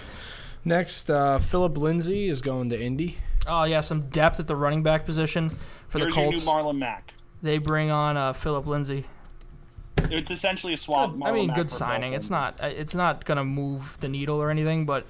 Next, uh, Philip Lindsay is going to Indy.
Oh yeah, some depth at the running back position for
Here's
the
your new
Colts.
Marlon Mack.
they bring on uh, Philip Lindsay.
It's essentially a swap.
I
Marlon
mean,
Mack
good
for
signing.
Belton.
It's not. uh, It's not gonna move the needle or anything, but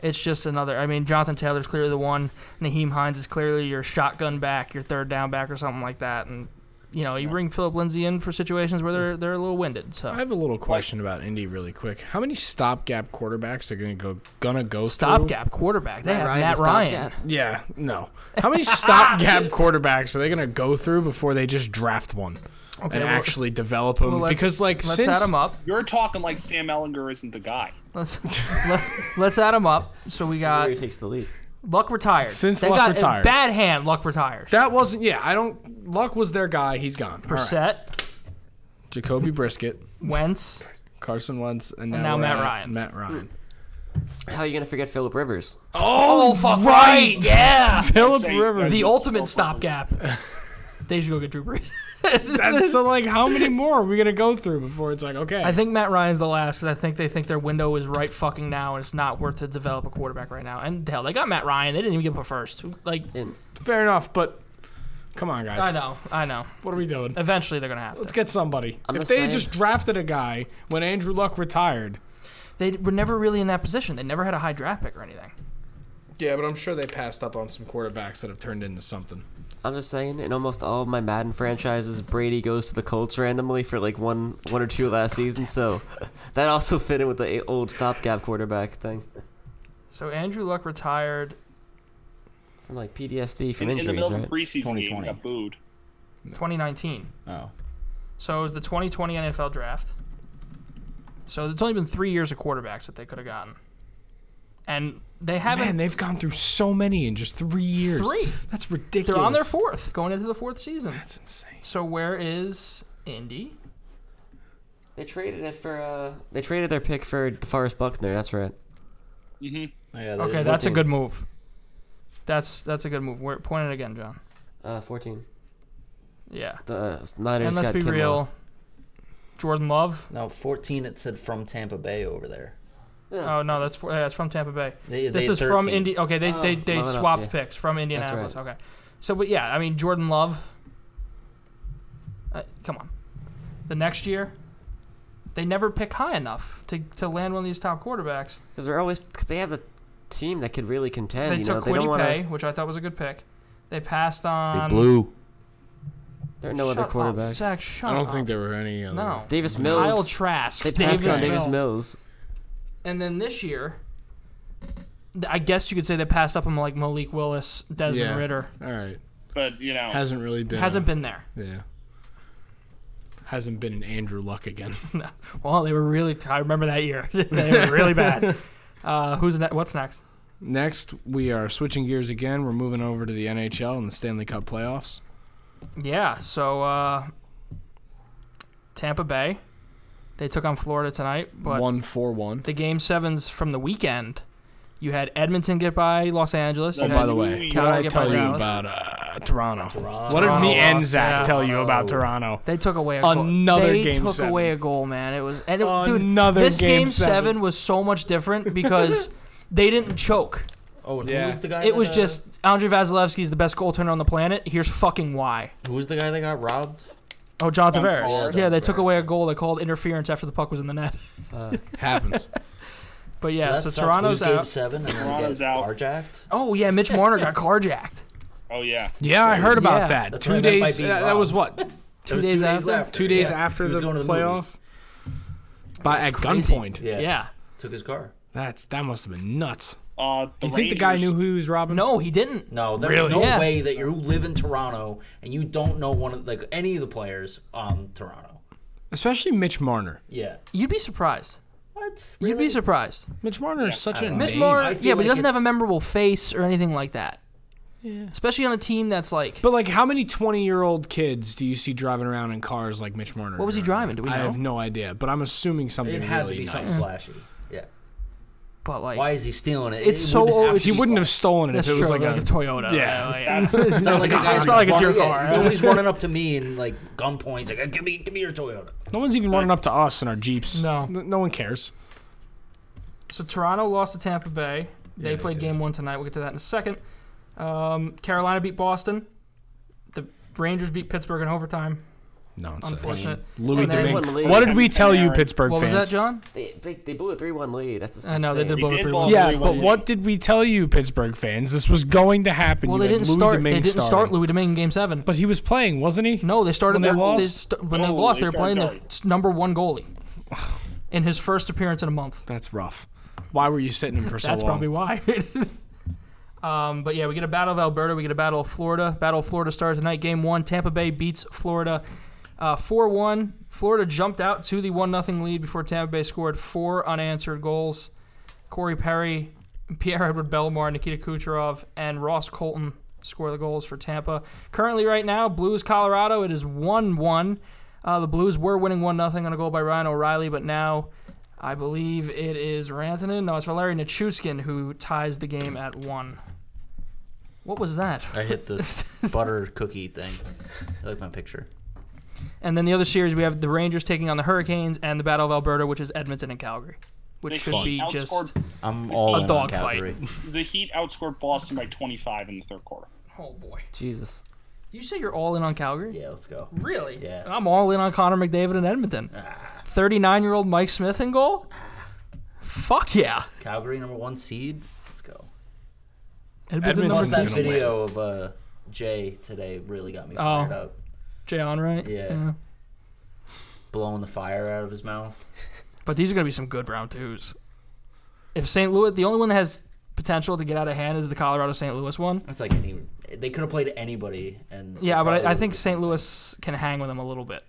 it's just another. I mean, Jonathan Taylor's clearly the one. Naheem Hines is clearly your shotgun back, your third down back, or something like that. And you know, you bring Philip Lindsay in for situations where they're they're a little winded. So
I have a little question about Indy, really quick. How many stopgap quarterbacks are going to go? Gonna go through?
stopgap quarterback. They have
Ryan's
Matt
a
Ryan.
stopgap.
Yeah, no. How many stopgap quarterbacks are they going to go through before they just draft one and
well-
actually develop them?
Well, let's-
Mm, because like
let's
since
add him up.
You're talking like Sam Ellinger isn't the guy.
Let's let, let's add him up. So we got
Terry takes the lead.
Luck retired.
Since
they
Luck
got
retired.
a bad hand. Luck retires.
that wasn't yeah, I don't Luck was their guy, he's gone. All right.
Brissett,
Jacoby Brisket,
Wentz.
Carson Wentz, and now,
now
we're
Matt
at
Ryan.
Matt Ryan.
How are you going to forget Philip Rivers?
Oh,
fuck right. Yeah.
Philip
Say-
Rivers.
The ultimate stopgap. they should go get Drew Brees.
That's- so like how many more are we gonna go through before it's like okay.
I think Matt Ryan's the last because I think they think their window is right fucking now, and it's not worth to develop a quarterback right now. And hell, they got Matt Ryan. They didn't even give up a first. Like
Fair enough, but come on guys.
I know, I know.
What are we doing?
Eventually, they're gonna have
Let's
to.
get somebody. if
the
they
same.
just drafted a guy when Andrew Luck retired.
They were never really in that position. They never had a high draft pick or anything.
Yeah, but I'm sure they passed up on some quarterbacks that have turned into something.
I'm just saying, in almost all of my Madden franchises, Brady goes to the Colts randomly for like one, one or two last season. So that also fit in with the a- old stopgap quarterback thing.
So Andrew Luck retired.
And like PTSD
In,
from
in the
injuries,
middle of a
right?
preseason game,
2020.
he got booed.
2019.
Oh.
So it was the 2020 NFL draft. So it's only been three years of quarterbacks that they could have gotten, and they haven't.
Man, they've gone through so many in just three years.
Three.
That's ridiculous.
they're on their fourth, going into the fourth season.
That's insane.
So where is Indy?
They traded it for. Uh, they traded their pick for DeForest Buckner. That's right.
Mm-hmm.
Yeah, they're
Okay,
just
that's a
looking-
good move. That's that's a good move. We're point it again, John.
Uh, 14.
Yeah.
The uh, Niners
And let's
got
be
Kimmel.
real. Jordan Love.
No, 14. It said from Tampa Bay over there.
Yeah.
Oh no, that's for, yeah, that's from Tampa Bay.
They-
this
they
is from
13.
Indy. Okay, they they, they
no, no, no,
swapped
yeah.
picks from Indianapolis.
right.
Okay, so but yeah, I mean Jordan Love. Uh, come on, the next year, they never pick high enough to, to land one of these top quarterbacks.
Because they're always cause they have a team that could really contend.
They
you know,
took
they don't
Quiddy
want
Pay,
to.
which I thought was a good pick. They passed on.
Blue.
There are no
Shut
other
up,
quarterbacks.
Zach, shut
I don't
up.
think there were any. Other.
No.
Davis
Kyle
Mills.
Trask.
they passed
Davis Mills.
on Davis Mills.
And then this year, th- I guess you could say they passed up on like Malik Willis, Desmond
Yeah.
Ritter.
All right.
But you know,
Hasn't really been.
Hasn't been there.
been. Yeah. Hasn't been an Andrew Luck again.
Well, they were really. I remember that year. they were really bad. Uh, who's ne- what's next?
Next, we are switching gears again. We're moving over to the NHL and the Stanley Cup playoffs.
Yeah. So uh, Tampa Bay, they took on Florida tonight, but
One four one.
the game sevens from the weekend. You had Edmonton get by Los Angeles.
Oh,
you
Oh,
had-
by the way,
Ooh,
what did I
yeah,
tell you
Dallas.
about uh, Toronto? Oh. What did
Toronto
me and
lost,
Zach
yeah.
tell you about Toronto?
They took away a
Another
goal. They
game
took
seven.
away a goal, man. It was and it, dude,
Another
this
game
game,
seven.
seven. was so much different because they didn't choke.
Oh, and
Yeah.
who's the guy?
It was
that, uh,
just Andre Vasilevsky's the best goaltender on the planet. Here's fucking why.
Who's the guy that got robbed?
Oh, John
John
Tavares.
Tavares.
Yeah, they took away a goal. They called interference after the puck was in the net.
Happens.
But yeah,
that
so,
sucks.
Toronto's
Lose game
out.
seven, and then they
Toronto's
get
out.
carjacked.
Oh yeah, Mitch Marner got carjacked.
Oh yeah.
Yeah, I heard about
Yeah.
that.
That's
Two
right, that might
days. uh,
be
That, that was what?
It was
days after?
Two days
yeah.
after
He was
the
going to
playoff?
movies.
By at
crazy.
gunpoint.
Yeah.
Yeah.
Took his car.
That's that must have been nuts.
Uh, the
You think the guy
Rangers-
knew who he was robbing?
No, he didn't.
No, there's
Really?
no
Yeah.
way that you live in Toronto and you don't know one of like any of the players on Toronto.
Especially Mitch Marner.
Yeah.
You'd be surprised.
What?
You'd be surprised.
Mitch Marner is such an
know.
Mitch
name.
Marner,
I
yeah,
feel
but he
like
doesn't have a
it's-
memorable face or anything like that. Yeah. Especially on a team that's like,
But like, how many twenty-year-old kids do you see driving around in cars like Mitch Marner?
What was he driving? Do we
I
know?
have no idea, but I'm assuming something
It had
really
to be
nice.
something flashy. Yeah.
but like,
Why is he stealing it?
It's
It
so
wouldn't have
old,
to
he
He
be
wouldn't have
flashy.
stolen it
that's
if it was
true,
like,
like a, Toyota.
Yeah.
Like,
It's not like, a
it's
guy's
not like it's your
running- yeah,
car.
Nobody's running up to me and like gunpoints like give me give me your Toyota.
No one's even running up to us in our jeeps.
No.
N- no one cares.
So Toronto lost to Tampa Bay. They
Yeah, they
played
did.
game one tonight. We'll get to that in a second. Um, Carolina beat Boston. The Rangers beat Pittsburgh in overtime.
Nonsense.
Unfortunate.
Louis
And then-
Domingue.
One lead.
What did we tell you,
Panarin.
Pittsburgh
What was
fans?
that, John?
They, they, they blew a three-one lead. That's
I know, they
insane.
did blow
They
a
did
three
blow
one.
a
Yeah,
three-one
but
lead.
what did we tell you, Pittsburgh fans? This was going to happen.
Well,
you
they
had
didn't
Louis
start.
Domingue
They didn't start
starting.
Louis Domingue in Game Seven.
But he was playing, wasn't he?
No, they started
When they
their,
lost?
st- when they
Oh,
lost,
they
they were playing their
started
s- number one goalie in his first appearance in a month.
That's rough. Why were you sitting him for so
That's
long?
probably why. um, but yeah, we get a battle of Alberta. We get a battle of Florida. Battle of Florida started tonight. Game one. Tampa Bay beats Florida. uh, Four one. Florida jumped out to the one nothing lead before Tampa Bay scored four unanswered goals. Corey Perry, Pierre Edward Belmar, Nikita Kucherov, and Ross Colton score the goals for Tampa. Currently, right now, Blues Colorado. It is one one. Uh, the Blues were winning one nothing on a goal by Ryan O'Reilly, but now I believe it is Rantanen. No, it's Valeri Nichushkin who ties the game at one. What was that?
I hit this butter cookie thing. I like my picture.
And then the other series, we have the Rangers taking on the Hurricanes and the Battle of Alberta, which is Edmonton and Calgary, which
They
should
fun.
be just.
outscored-
I'm all
A
in on
dog fight.
Calgary.
the Heat outscored Boston by 25 in the third quarter.
Oh boy!
Jesus.
You say you're all in on Calgary?
Yeah, let's go.
Really?
Yeah.
I'm all in on Connor McDavid and Edmonton. 39 year old Mike Smith in goal? Fuck yeah.
Calgary number one seed. Let's go.
Edmonton
Edmonton's
Plus
number
Someone's
that
two.
gonna win.
video of uh, Jay today really got me
Oh.
fired up.
Jay Onright?
Yeah. Blowing the fire out of his mouth.
But these are going to be some good round twos. If St. Louis, the only one that has potential to get out of hand is the Colorado St. Louis one.
That's like any. They could have played anybody, and they
Yeah, but
probably
I, I
would've
think
been-
St. Louis can hang with them a little bit.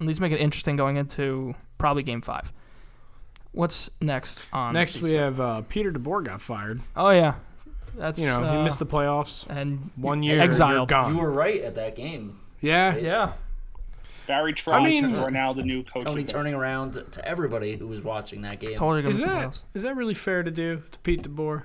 At least make it interesting going into probably game five. What's next on
Next,
the
we
schedule?
have uh, Peter DeBoer got fired.
Oh, yeah. That's.
You know,
uh,
he missed the playoffs.
And.
One year, you're
exiled.
gone.
you were right at that game.
yeah,
Yeah.
Barry Trotz
mean-
is right now the new coach.
Tony
of the-
turning around to, to everybody who was watching that game.
Totally going
Is
to miss the
that
playoffs.
is that really fair to do to Pete DeBoer?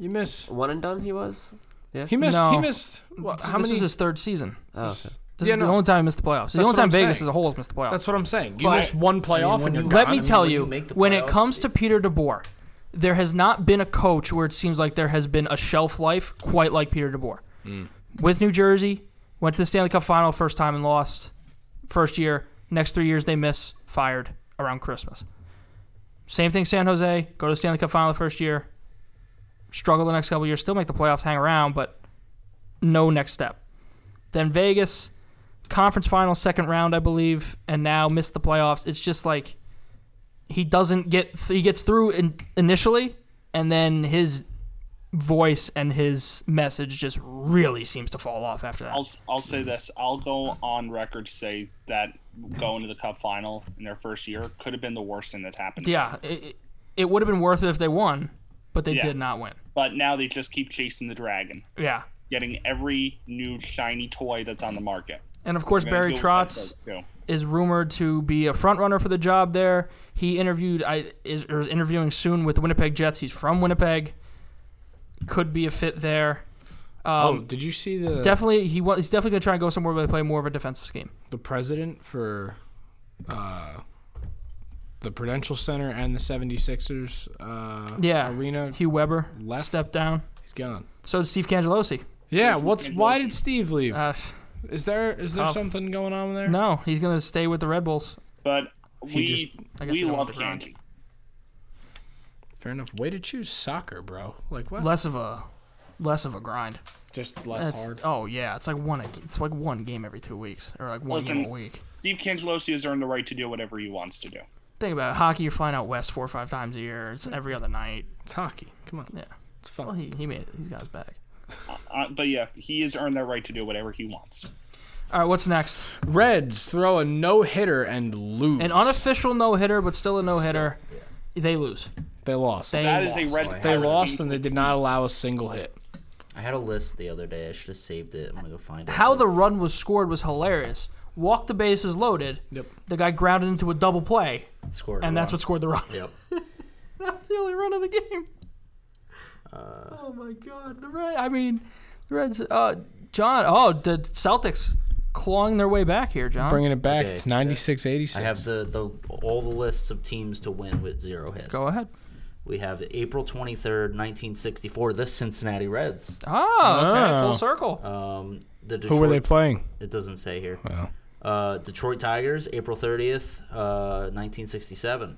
You miss.
One and done. He was. Yeah.
He missed. He
No.
missed. What,
This-
how
this
many?
was his third season.
Oh, okay.
This
Yeah,
is
no.
the only time he missed the playoffs.
That's
The only
what
time
I'm
Vegas
saying.
as a whole has missed the playoffs.
that's what I'm saying. You
But-
missed one playoff
when
and you're
you-
gone.
Let
I
me
mean,
tell
when
you,
you make the
when it
playoffs,
comes to Peter DeBoer, there has not been a coach where it seems like there has been a shelf life quite like Peter DeBoer. With New Jersey, went to the Stanley Cup final first time and lost. First year, next three years they miss, fired around Christmas. Same thing, San Jose. Go to the Stanley Cup final the first year, struggle the next couple years, still make the playoffs, hang around, but no next step. Then Vegas, conference final, second round, I believe, and now missed the playoffs. It's just like he doesn't get he gets through in, initially, and then his voice and his message just really seems to fall off after that.
I'll, I'll say this. I'll go on record to say that going to the cup final in their first year could have been the worst thing that's happened. to
Yeah,
them.
it, it would have been worth it if they won, but they
Yeah.
did not win.
But now they just keep chasing the dragon,
Yeah,
getting every new shiny toy that's on the market.
and of course
They're gonna
Barry
do what that
Trotz.
does, too.
is rumored to be a front runner for the job there. He interviewed I is or is interviewing soon with the Winnipeg Jets. He's from Winnipeg. Could be a fit there.
oh,
Um,
did you see the
definitely he wa- he's definitely going to try and go somewhere where they play more of a defensive scheme.
the president for uh, the Prudential Center and the 76ers uh,
Yeah.
arena?
Hugh Weber
Left.
stepped down.
He's gone.
So did Steve Cangelosi.
Yeah,
Jason
what's
Tatum
why
Wilson.
did Steve leave?
Uh,
is there is there
tough.
something going on there?
no, he's going to stay with the Red Bulls.
But we
just-
I guess
we
they don't
love
have the ground.
Candy.
Fair enough. Way to choose soccer, bro. Like what?
Less of a less of a grind.
just less
That's,
hard.
oh yeah, it's like one. a- It's like one game every two weeks, or like one
Listen.
game a week.
Steve Cangelosi has earned the right to do whatever he wants to do.
Think about it. hockey. You're flying out west four or five times a year. It's every other night.
It's hockey. Come on,
Yeah.
it's
Well,
fun.
Oh, he, he made it. He's got his back.
Uh, but yeah, he has earned that right to do whatever he wants.
All right, what's next?
Reds throw a no hitter and lose.
An unofficial no hitter, but still a no hitter. They lose.
they lost.
They,
They,
That is
lost.
a red.
lost and they did not allow a single hit.
I had a list the other day. I should have saved it. I'm gonna go find it.
How the run was scored was hilarious. Walked the bases loaded.
Yep.
The guy grounded into a double play,
score?
and that's what scored the run.
Yep.
That's the only run of the game. oh my god, the Red. I mean, the Reds. Uh, John. Oh, the Celtics clawing their way back here, John.
Bringing it back,
Okay,
it's 96
I
86.
have the, the all the lists of teams to win with zero hits.
Go ahead.
We have April 23rd, 1964, the Cincinnati Reds.
Oh, okay,
Oh.
full circle.
Um, the Detroit,
Who were they playing?
It doesn't say here.
Well,
Uh, Detroit Tigers, April 30th, uh, 1967.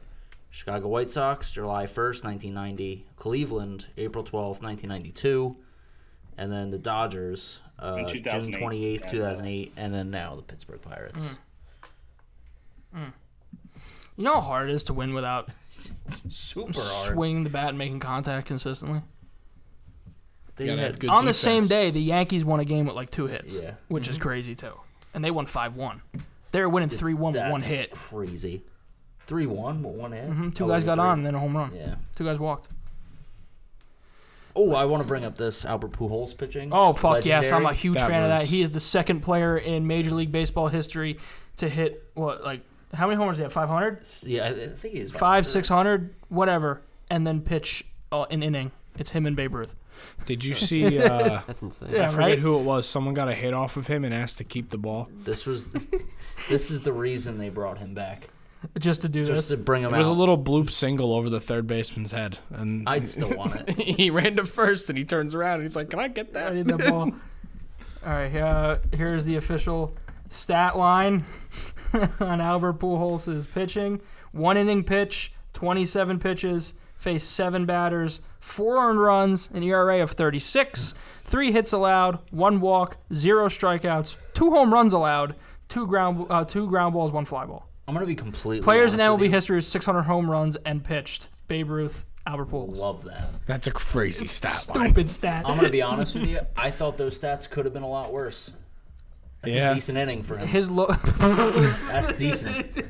Chicago White Sox, July 1st, 1990. Cleveland, April 12th, 1992. And then the Dodgers, uh,
In
June
2008,
28th,
yeah, so-
2008. And then now the Pittsburgh Pirates.
Hmm. You know how hard it is to win without
Super hard.
swinging the bat and making contact consistently.
They
gotta
had-
have good
On
defense.
the same day, the Yankees won a game with like two hits,
Yeah.
which is crazy too, and they won five one. They were winning three one with
That's
one hit.
Crazy. 3 1 with one hit.
Mm-hmm. Two
Oh,
guys
wait,
got
three.
on and then a home run.
Yeah.
Two guys walked.
Oh, I want to bring up this Albert Pujols pitching.
Oh fuck yes, I'm a
Legendary.
huge
That
fan of that.
was-
He is the second player in Major League Baseball history to hit what like how many homers did he have? 500,
Yeah, I I think he's
5, 600, whatever, and then pitch uh, an inning. It's him and Babe Ruth.
Did you see? Uh,
That's insane.
I
Yeah,
forget
right.
who it was. Someone got a hit off of him and asked to keep the ball.
This was, this is the reason they brought him back,
Just to do
just
this.
to bring him
There
out.
was a little bloop single over the third baseman's head, and
I'd still want it.
he ran to first, and he turns around and he's like, "Can I get
I
that?"
need that ball. All right, uh, here's the official stat line on Albert Pujols' pitching. One inning pitch, 27 pitches, faced seven batters, four earned runs, an ERA of 36, three hits allowed, one walk, zero strikeouts, two home runs allowed, two ground uh, two ground balls, one fly ball.
I'm gonna be completely.
Players in
honest
MLB
with you.
history with 600 home runs and pitched. Babe Ruth, Albert Pujols.
Love that.
That's a crazy stat line.
Stupid stat.
I'm gonna be honest with you. I thought those stats could have been a lot worse.
Yeah,
Decent inning for him.
His low.
That's decent.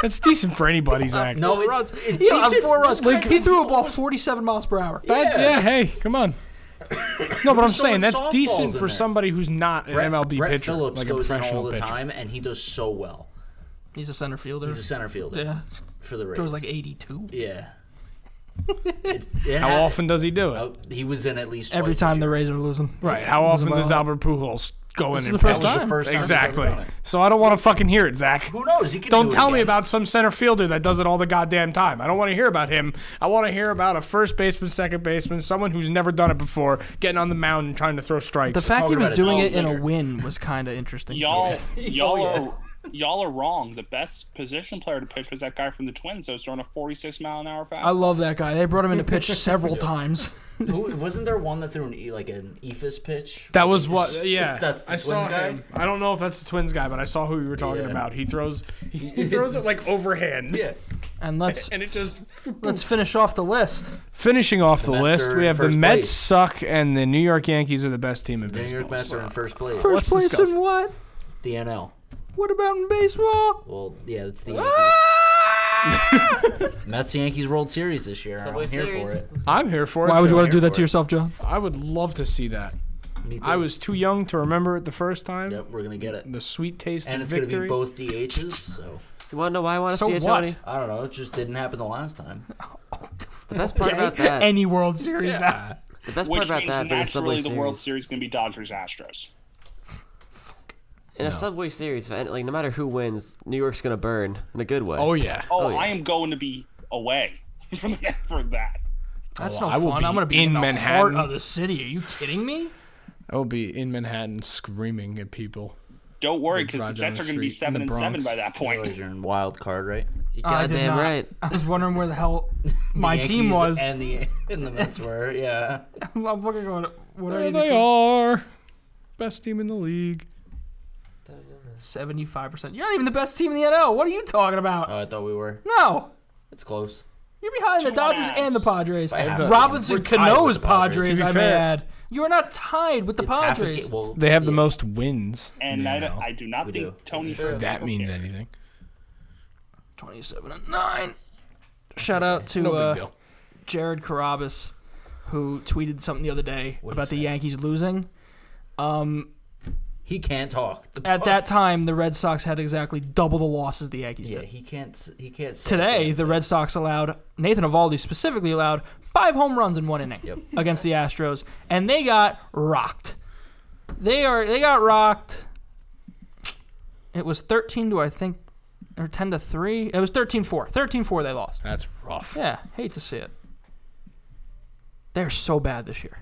that's decent for anybody's act.
No, it,
runs.
it-
He, on
decent.
four runs.
This guy
he threw a ball 47 miles per hour.
That- yeah. hey, come on. No, but I'm
throwing
saying that's
softballs in
decent for
there.
somebody who's not an
Brett-
MLB
Brett
pitcher,
Phillips
like a
goes in all
professional
the
pitcher.
time, and he does so well.
He's a center fielder.
He's a center fielder
yeah,
for the Rays.
it was like 82.
yeah. It- it
How
had-
often does he do it?
Oh, he was in at least
Every
twice
time
this
the
year.
Rays are losing.
Right. How
Losing
often
by a
does
lot.
Albert Pujols go in
is
and
the first
pitch?
time.
first time he's ever
Exactly.
done it.
So I don't want to fucking hear it, Zach.
Who knows? He could do
Don't
it
tell me
again.
about some center fielder that does it all the goddamn time. I don't want to hear about him. I want to hear about a first baseman, second baseman, someone who's never done it before, getting on the mound and trying to throw
The
strikes.
fact he
talking
was
about a
doing
dog
it in a
year.
win was kind of interesting.
Y'all,
Oh,
y'all are. Y'all are wrong. The best position player to pitch was that guy from the Twins that was throwing a 46 mile an hour
I
fastball.
love that guy. They brought him in to pitch several times.
Who wasn't there one that threw an E- like an Ephus pitch?
that was what, yeah.
That's the
I saw
Twins guy?
him. I don't know if that's the Twins guy, but I saw who you were talking
Yeah.
about. He throws, he, he throws it like overhand,
Yeah.
And let's
and it just.
let's finish off the list.
Finishing off the,
Mets
list,
are
we
in
have the
first
Mets
place.
suck, and the New York Yankees are the best team in
New
baseball.
York Mets are in first place.
Let's place discuss in it.
what?
The NL.
What about in baseball?
Well, yeah, it's the Yankees.
Ah!
Mets Yankees World Series this year. I'm here for it.
I'm here for it.
Why would you
too.
want to do that
for
to
it.
yourself, John?
I would love to see that.
Me too.
I was too young to remember it the first time.
Yep, we're gonna get it.
The sweet taste
And
of
it's gonna be
victory.
both DHs, so
You want to know why I want to
So
see it,
what?
Tony?
I don't know. It just didn't happen the last time.
The best part about that.
Any World Series now.
the best part
Which
about
means
that being a subway
naturally the
series.
World Series going to be Dodgers Astros.
In a subway series, like no matter who wins, New York's gonna burn in a good way.
Oh yeah.
Oh,
yeah.
I am going to be away from that for that.
That's no
I will
fun.
be
I'm gonna be
in
in, the
Manhattan.
heart of the city. Are you kidding me?
I will be in Manhattan screaming at people.
Don't
They
worry, because the
drive down
Jets
the
are going to be
street in
seven
the
and seven
Bronx.
by that
Because
point.
You're in wild card, right?
You're
I did
goddamn
not.
right.
I was wondering where the hell
The
my team
Yankees
was.
and the and the Mets were. Yeah,
I'm looking going, What
There
are
they are. Best team in the league.
Seventy-five percent. You're not even the best team in the NL. What are you talking about?
Oh, I thought we were.
no,
It's close.
you're behind the Dodgers
Jazz.
and the Padres.
By half a
Robinson
game. We're tied
Cano's
with the Padres.
Padres.
To be
I may
fair.
add. You are not tied with the
It's half a
Padres.
game- well,
They have the
yeah.
most wins.
And
in the
I,
NL.
don't- I do not
We
think
do.
Tony
That's fair.
Fernando
that means
cares.
anything.
Twenty-seven and nine. Shout out to
No
uh,
big deal.
Jared Carabas, who tweeted something the other day
What he
about the
said.
Yankees losing. Um,
He can't talk.
at that time, the Red Sox had exactly double the losses the Yankees
Yeah,
did.
he can't. He can't. say
Today,
that.
the Red Sox allowed Nathan Avaldi specifically allowed five home runs in one inning against the Astros, and they got rocked. They are they got rocked. It was thirteen to I think, or ten to three. It was 13-4. 13-4 They lost.
That's rough.
Yeah, hate to see it. They're so bad this year.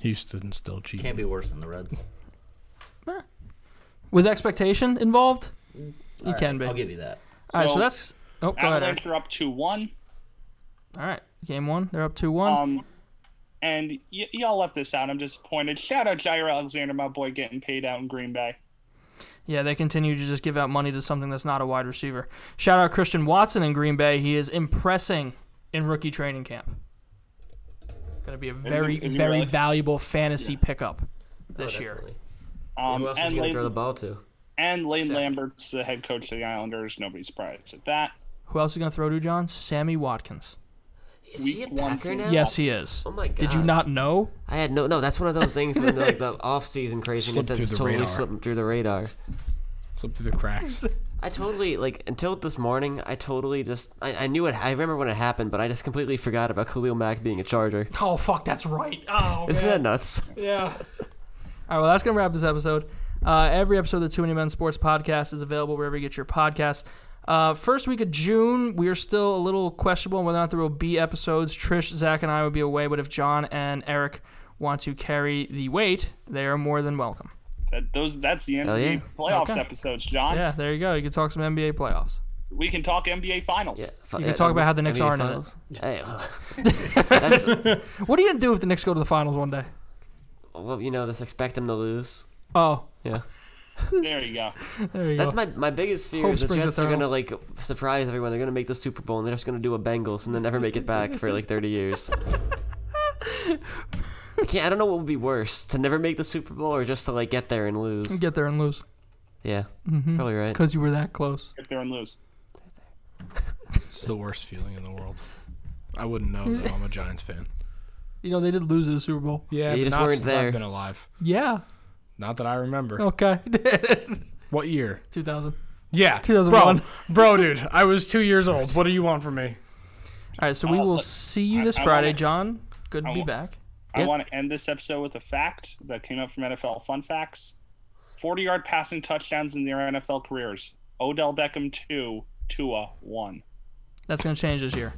Houston still cheap.
can't be worse than the Reds.
With expectation involved, you
All right,
can be.
I'll give you that.
All right, so
Well,
that's. Oh, go ahead. Eric.
Avalanche are up two one.
All right, game one. They're up two one.
Um, and y- y'all left this out. I'm disappointed. Shout out Jair Alexander, my boy, getting paid out in Green Bay.
yeah, they continue to just give out money to something that's not a wide receiver. Shout out Christian Watson in Green Bay. He is impressing in rookie training camp. Going to be a very,
is he
very
really? Oh,
valuable fantasy pickup this year.
Definitely.
Um,
Who else is
and
he gonna
Lane,
throw the ball to?
and Lane Lambert's the head coach of the Islanders. Nobody's surprised at that.
Who else is going to throw to John? Sammy Watkins.
Is
Week
he a
one
Packer
season.
now?
Yes, he is.
Oh my god.
Did you not know?
I had no. No, that's one of those things in the, like, the off-season craziness
Slipped
that
through
just
the
totally
radar.
slipped through the radar.
Slip through the cracks.
I totally like until this morning. I totally just I, I knew it. I remember when it happened, but I just completely forgot about Khalil Mack being a Charger.
Oh fuck, that's right. Oh
Isn't
man.
that nuts?
Yeah. All right, well, that's going to wrap this episode. Uh, every episode of the Too Many Men Sports Podcast is available wherever you get your podcasts. Uh, first week of June, we are still a little questionable on whether or not there will be episodes. Trish, Zach, and I will be away, but if John and Eric want to carry the weight, they are more than welcome.
That those that's the
Hell yeah.
NBA playoffs
Okay.
episodes, John.
Yeah, there you go. You can talk some NBA playoffs.
We can talk NBA finals.
Fu-
You
yeah,
can talk about how the
I
Knicks
mean,
are in it.
finals. Hey, that's,
What are you going to do if the Knicks go to the finals one day?
well, you know, just expect them to lose.
Oh,
Yeah,
There you go.
there you
that's
go.
my my biggest fear.
Hope
is the
springs
Jets are
eternal.
gonna like surprise everyone. They're gonna make the Super Bowl and they're just gonna do a Bengals and then never make it back for like thirty years. I can't. I don't know what would be worse to never make the Super Bowl or just to like get there and lose.
Get Mm-hmm. there and lose
Yeah, probably right.
because you were that close.
Get there and lose.
it's the worst feeling in the world. I wouldn't know though. I'm a Giants fan.
You know, they did lose in the Super Bowl.
Yeah, but
You just
not
weren't
since
there.
I've been alive.
Yeah.
Not that I remember.
Okay.
Oh. What year?
2000.
Yeah,
2001.
Bro, bro, dude, I was two years old. What do you want from me?
All right, so we
Uh,
will
look,
see you
I-
this
I
Friday,
wanna-
John. Good to
I
be
wa-
back.
I
Yep.
want to end this episode with a fact that came up from NFL Fun Facts: forty-yard passing touchdowns in their NFL careers. Odell Beckham two, Tua one.
That's gonna change this year.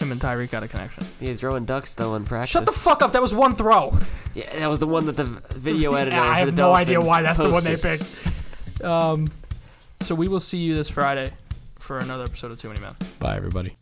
Him and Tyreek got a connection.
He's throwing ducks though in practice.
Shut the fuck up. That was one throw.
Yeah, that was the one that the video editor.
I
for
have
the
no idea
Dolphins
why that's the one they
posted.
picked. Um, so we will see you this Friday for another episode of Too Many Men.
Bye, everybody.